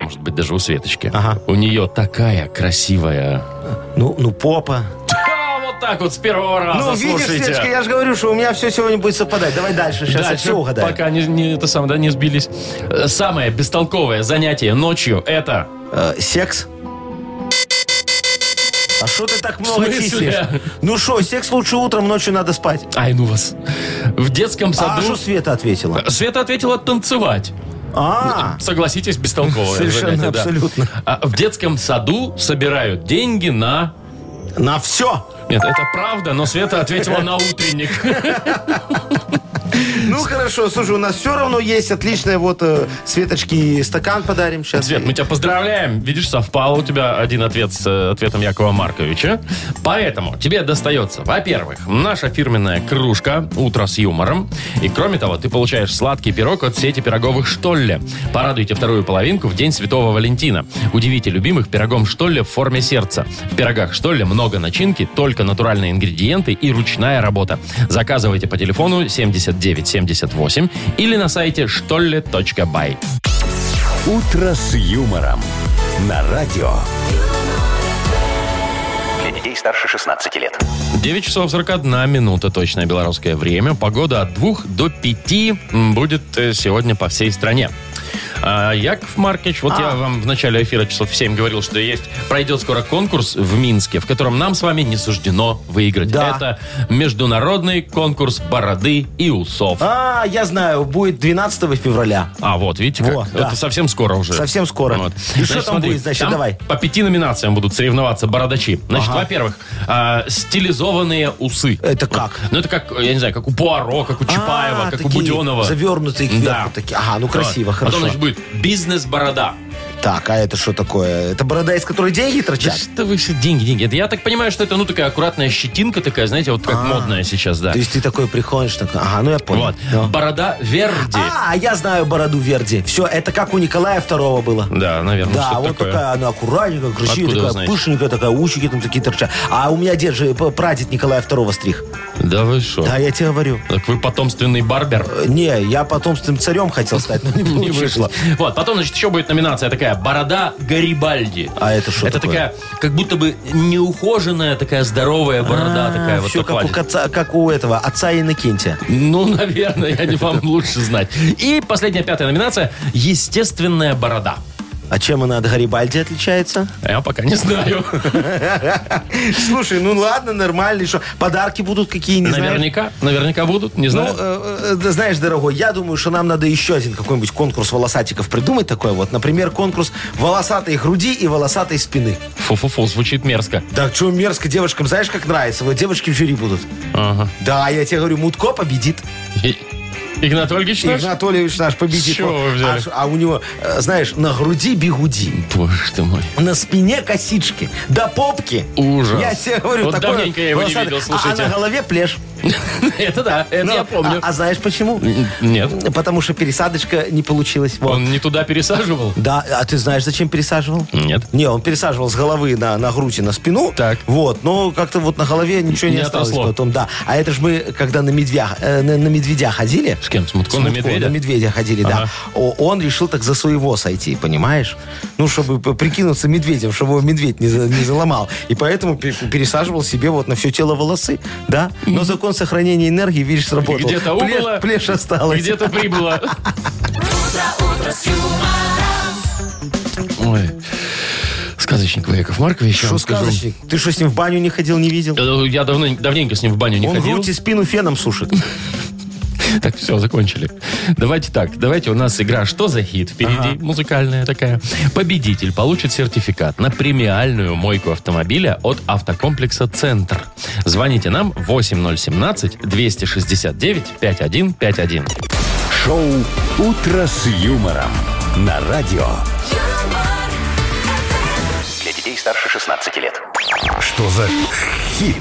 Speaker 1: может быть, даже у Светочки,
Speaker 2: Ага.
Speaker 1: у нее такая красивая... (laughs)
Speaker 2: Ну, ну, попа.
Speaker 1: А, вот так вот с первого раза,
Speaker 2: ну, видишь,
Speaker 1: слушайте.
Speaker 2: Светочка, я же говорю, что у меня все сегодня будет совпадать. Давай дальше, сейчас
Speaker 1: Да,
Speaker 2: я все
Speaker 1: чё,
Speaker 2: угадаю.
Speaker 1: Пока не, не- это сам, да, не сбились. Э, Самое бестолковое занятие ночью это...
Speaker 2: Э, секс. А что ты так много
Speaker 1: смысле?
Speaker 2: тиснешь? Ну что, секс лучше утром, ночью надо спать.
Speaker 1: Ай, ну вас. В детском
Speaker 2: А
Speaker 1: саду...
Speaker 2: что Света ответила?
Speaker 1: Света ответила танцевать.
Speaker 2: А,
Speaker 1: Согласитесь, бестолковое
Speaker 2: (laughs) Совершенно
Speaker 1: занятие, да.
Speaker 2: абсолютно.
Speaker 1: А в детском саду собирают деньги на... э,
Speaker 2: на все.
Speaker 1: Нет, это правда, но Света ответила на утренник.
Speaker 2: Ну хорошо, слушай, у нас все равно есть отличная вот э, Светочки стакан подарим сейчас.
Speaker 1: Свет, мы тебя поздравляем. Видишь, совпал у тебя один ответ с э, ответом Якова Марковича. Поэтому тебе достается, во-первых, наша фирменная кружка «Утро с юмором». И, кроме того, ты получаешь сладкий пирог от сети пироговых «Штолле». Порадуйте вторую половинку в День Святого Валентина. Удивите любимых пирогом «Штолле» в форме сердца. В пирогах «Штолле» много начинки, только натуральные ингредиенты и ручная работа. Заказывайте по телефону 7978 или на сайте «штолле.бай».
Speaker 3: Утро с юмором. На радио
Speaker 4: Для детей старше 16 лет.
Speaker 1: 9 часов 41 минута, точное белорусское время. Погода от 2 до 5 м, будет э, сегодня по всей стране. А, Яков Маркич, вот
Speaker 2: А.
Speaker 1: я вам в начале эфира часов в 7 говорил, что есть, пройдет скоро конкурс в Минске, в котором нам с вами не суждено выиграть.
Speaker 2: Да.
Speaker 1: Это международный конкурс бороды и усов. А,
Speaker 2: А, я знаю, будет 12 февраля.
Speaker 1: вот, видите, как?
Speaker 2: Во,
Speaker 1: это
Speaker 2: да.
Speaker 1: совсем скоро уже.
Speaker 2: Совсем скоро. И что там будет, значит, давай.
Speaker 1: По пяти номинациям будут соревноваться бородачи. Значит,
Speaker 2: Ага.
Speaker 1: во-первых, а, стилизованные усы.
Speaker 2: Это как?
Speaker 1: Ну, это как, я не знаю, как у Пуаро, как у Чапаева,
Speaker 2: А,
Speaker 1: как у
Speaker 2: такие
Speaker 1: Буденова.
Speaker 2: Завернутые кверху такие. Ага, ну красиво,
Speaker 1: Вот.
Speaker 2: хорошо.
Speaker 1: Потом, значит, будет бизнес-борода.
Speaker 2: Так, а это что такое? Это борода, из которой деньги
Speaker 1: Да
Speaker 2: торчат?
Speaker 1: что вы все деньги, деньги. Это я так понимаю, что это, ну, такая аккуратная щетинка такая, знаете, вот как модная сейчас, да.
Speaker 2: То есть А, ты такой приходишь, такой, ага, ну я понял.
Speaker 1: Вот.
Speaker 2: Ну.
Speaker 1: Борода Верди.
Speaker 2: А, я знаю бороду Верди. Все, это как у Николая Второго было.
Speaker 1: Да, наверное,
Speaker 2: Да,
Speaker 1: ну что
Speaker 2: вот
Speaker 1: такое.
Speaker 2: такая она аккуратненькая, красивая,
Speaker 1: Откуда вы
Speaker 2: такая
Speaker 1: знаете?
Speaker 2: пышненькая, такая, усики там такие торчат. А у меня дед же п- прадед Николая Второго стрих.
Speaker 1: Да вы что?
Speaker 2: Да, я тебе говорю.
Speaker 1: Так вы потомственный барбер.
Speaker 2: Э, Не, я потомственным царем хотел стать, но
Speaker 1: (laughs)
Speaker 2: не
Speaker 1: Не
Speaker 2: получилось.
Speaker 1: вышло. Вот, потом, значит, еще будет номинация такая «Борода Гарибальди».
Speaker 2: А это что
Speaker 1: Это
Speaker 2: такое?
Speaker 1: такая, как будто бы неухоженная, такая здоровая борода такая вот
Speaker 2: Все
Speaker 1: так
Speaker 2: А, как у,
Speaker 1: валит.
Speaker 2: отца, как у этого, отца Иннокентия.
Speaker 1: Ну, наверное, я не вам лучше знать. И последняя, пятая номинация «Естественная борода».
Speaker 2: А чем она от Гарибальди отличается?
Speaker 1: Я пока не знаю.
Speaker 2: (laughs) Слушай, ну ладно, нормально, и что? Подарки будут какие, не знаю.
Speaker 1: Наверняка, наверняка будут, не
Speaker 2: Ну,
Speaker 1: знаю.
Speaker 2: э, э, да знаешь, дорогой, я думаю, что нам надо еще один какой-нибудь конкурс волосатиков придумать такой вот. Например, конкурс волосатой груди и волосатой спины.
Speaker 1: Фу-фу-фу, звучит мерзко.
Speaker 2: Да что мерзко девушкам, знаешь, как нравится? Вот девочки в жюри будут.
Speaker 1: Ага.
Speaker 2: Да, я тебе говорю, Мутко победит.
Speaker 1: И- Игнат Ольгич наш?
Speaker 2: Анатольевич наш
Speaker 1: С
Speaker 2: победит.
Speaker 1: чего вы
Speaker 2: Вот.
Speaker 1: взяли?
Speaker 2: А, а у него, э, знаешь, на груди бегуди.
Speaker 1: Боже ты мой.
Speaker 2: На спине косички, до попки.
Speaker 1: Ужас.
Speaker 2: Я тебе говорю,
Speaker 1: Вот
Speaker 2: такое
Speaker 1: давненько я его не
Speaker 2: волосатое.
Speaker 1: видел,
Speaker 2: А-
Speaker 1: слушайте.
Speaker 2: А, на голове плешь.
Speaker 1: (laughs) Это да, это
Speaker 2: Ну,
Speaker 1: Э, я помню.
Speaker 2: А, а знаешь почему?
Speaker 1: Н- Нет,
Speaker 2: Потому что пересадочка не получилась. Вот.
Speaker 1: он не туда пересаживал?
Speaker 2: Да, а ты знаешь, зачем пересаживал?
Speaker 1: Нет.
Speaker 2: Не, он пересаживал с головы на, на грудь и на спину.
Speaker 1: Так.
Speaker 2: Вот, но как-то вот на голове ничего не,
Speaker 1: Не
Speaker 2: осталось
Speaker 1: отросло.
Speaker 2: потом, да. А это же мы, когда на, медвях, э, на, на медведя ходили.
Speaker 1: С кем? С Мутко на
Speaker 2: Мутко,
Speaker 1: медведя?
Speaker 2: На медведя ходили,
Speaker 1: Ага.
Speaker 2: да. О, он решил так за своего сойти, понимаешь? Ну, чтобы п- прикинуться медведем, чтобы его медведь не, за- не заломал. И поэтому пе- пересаживал себе вот на все тело волосы, да. Но закон сохранения энергии, видишь, сработал.
Speaker 1: Где-то
Speaker 2: Плеш-
Speaker 1: убыло,
Speaker 2: плешь осталась.
Speaker 1: где-то
Speaker 2: (laughs)
Speaker 1: прибыло. Ой, сказочник вы, Яков Маркович, я
Speaker 2: Что
Speaker 1: вам скажу.
Speaker 2: сказочник? Ты что, с ним в баню не ходил, не видел?
Speaker 1: Э, Я давно, давненько с ним в баню не
Speaker 2: Он
Speaker 1: ходил.
Speaker 2: грудь и спину феном сушит.
Speaker 1: Так, все, закончили. Давайте так, давайте у нас игра «Что за хит?» впереди, музыкальная такая. Победитель получит сертификат на премиальную мойку автомобиля от автокомплекса «Центр». Звоните нам 8017-269-5151.
Speaker 3: Шоу «Утро с юмором» на радио.
Speaker 9: юмор,
Speaker 4: Для детей старше 16 лет.
Speaker 3: Что за хит?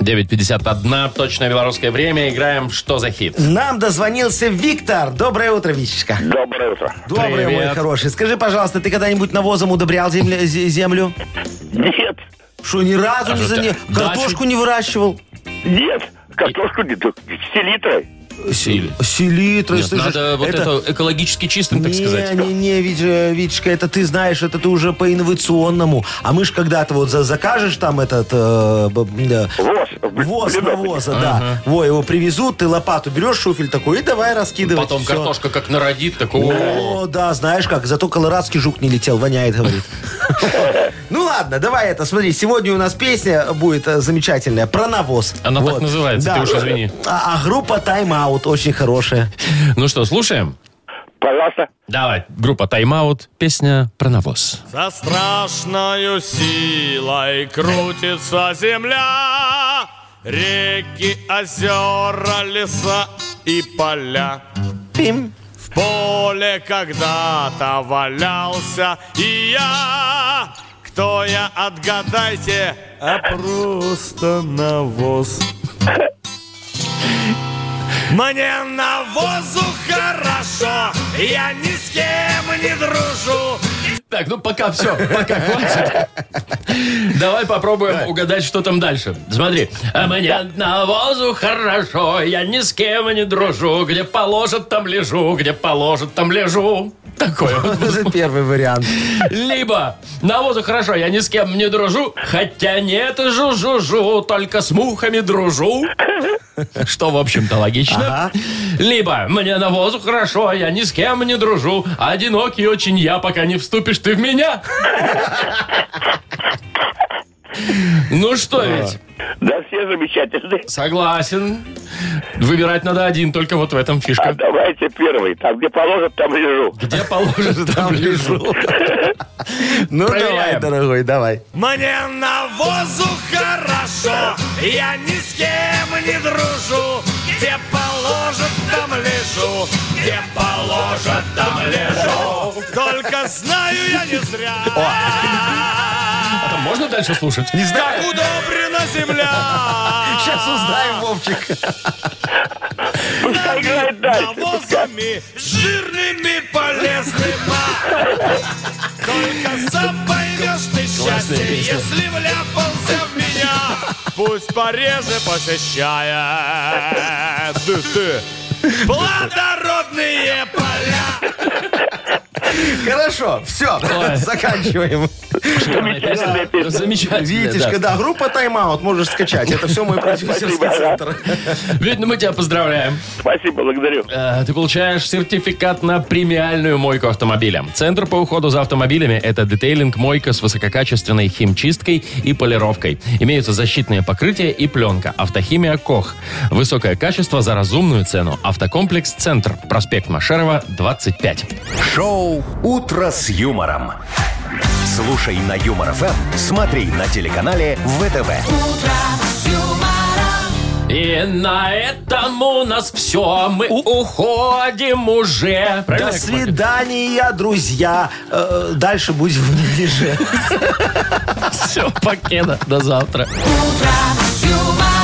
Speaker 1: 9.51, точное белорусское время, играем «Что за хит?»
Speaker 2: Нам дозвонился Виктор. Доброе утро, Витечка.
Speaker 10: Доброе утро.
Speaker 2: Доброе,
Speaker 1: Привет.
Speaker 2: мой хороший. Скажи, пожалуйста, ты когда-нибудь навозом удобрял земле- зе- землю?
Speaker 10: Нет,
Speaker 2: Что, ни разу не
Speaker 1: Даже
Speaker 2: за
Speaker 1: да-
Speaker 2: не- картошку не выращивал?
Speaker 10: нет, картошку не только с селитрой.
Speaker 1: Сили.
Speaker 2: Селитра,
Speaker 1: Нет,
Speaker 2: слышишь?
Speaker 1: надо вот это... экологически чистым, Ну, так сказать.
Speaker 2: Не, не, не, Вич- Витечка, это ты знаешь, это ты уже по инновационному. А мы ж когда-то вот за- закажешь там этот... э, б- да,
Speaker 10: Воз. Блин,
Speaker 2: Воз
Speaker 10: блин,
Speaker 2: навоза, да. Во, его привезут, ты лопату берешь, шуфель такой, и давай раскидывать.
Speaker 1: Потом
Speaker 2: Всё.
Speaker 1: картошка как народит, такого.
Speaker 2: О, да, знаешь как, зато колорадский жук не летел, воняет, говорит. Ну ладно, давай это, смотри, сегодня у нас песня будет э, замечательная про навоз.
Speaker 1: Она так
Speaker 2: Вот.
Speaker 1: называется,
Speaker 2: Да.
Speaker 1: ты уж извини.
Speaker 2: А а группа «Тайм-аут» очень хорошая. (laughs)
Speaker 1: Ну что, слушаем?
Speaker 10: Пожалуйста.
Speaker 1: Давай, группа «Тайм-аут», песня про навоз.
Speaker 11: За страшною силой крутится земля, Реки, озера, леса и поля.
Speaker 2: Пим.
Speaker 11: В поле когда-то валялся и я. Кто я, отгадайте, а просто навоз. Мне навозу хорошо, я ни с кем не дружу.
Speaker 1: Так, ну пока все, пока хватит. Давай попробуем угадать, что там дальше. Смотри. А мне навозу хорошо, я ни с кем не дружу. Где положат, там лежу, где положат, там лежу. Такое вот.
Speaker 2: Вот это первый вариант.
Speaker 1: Либо навозу хорошо, я ни с кем не дружу, хотя нет, жу-жу-жу, только с мухами дружу. Что, в общем-то, логично. Либо «Мне на воздух хорошо, я ни с кем не дружу. Одинокий очень я, пока не вступишь ты в меня». Ну что ведь?
Speaker 10: Да, все замечательные.
Speaker 1: Согласен. Выбирать надо один, только вот в этом
Speaker 10: А
Speaker 1: фишка.
Speaker 10: давайте первый. Там, где положат, там лежу.
Speaker 1: Где положишь, там лежу.
Speaker 2: Ну, давай,
Speaker 1: Проверяем.
Speaker 2: дорогой, давай.
Speaker 11: Мне на воздух хорошо, я ни с кем не дружу. Где положат, там лежу, где положат, там лежу. Только знаю я не зря,
Speaker 1: А там можно дальше слушать?
Speaker 2: Не знаю.
Speaker 11: как удобрена земля.
Speaker 2: Сейчас узнаем, Вовчик.
Speaker 10: Пускай играет дальше. пускай.
Speaker 11: навозами жирными полезными. Только сам поймешь ты счастье, если вляпался в меня. Пусть пореже посещает ты плодородные поля.
Speaker 2: Хорошо, все, заканчиваем.
Speaker 10: Замечательная песня.
Speaker 1: Замечательно.
Speaker 2: Витечка, да, группа тайм-аут, можешь скачать. Это все мой продюсерский
Speaker 10: Спасибо.
Speaker 2: центр.
Speaker 1: Видно, ну мы тебя поздравляем.
Speaker 10: Спасибо, благодарю.
Speaker 1: Э, Ты получаешь сертификат на премиальную мойку автомобиля. Центр по уходу за автомобилями – это детейлинг-мойка с высококачественной химчисткой и полировкой. Имеются защитные покрытия и пленка. Автохимия «Кох». Высокое качество за разумную цену. Автокомплекс «Центр». Проспект Машерова, 25.
Speaker 3: Шоу «Утро с юмором». Слушай на Юмор ФМ, смотри на телеканале ВТВ.
Speaker 1: И на этом у нас все. Мы уходим уже.
Speaker 2: До свидания, друзья. Э, Дальше будь ближе.
Speaker 1: Все, покеда. До завтра.
Speaker 9: Утро с юмором.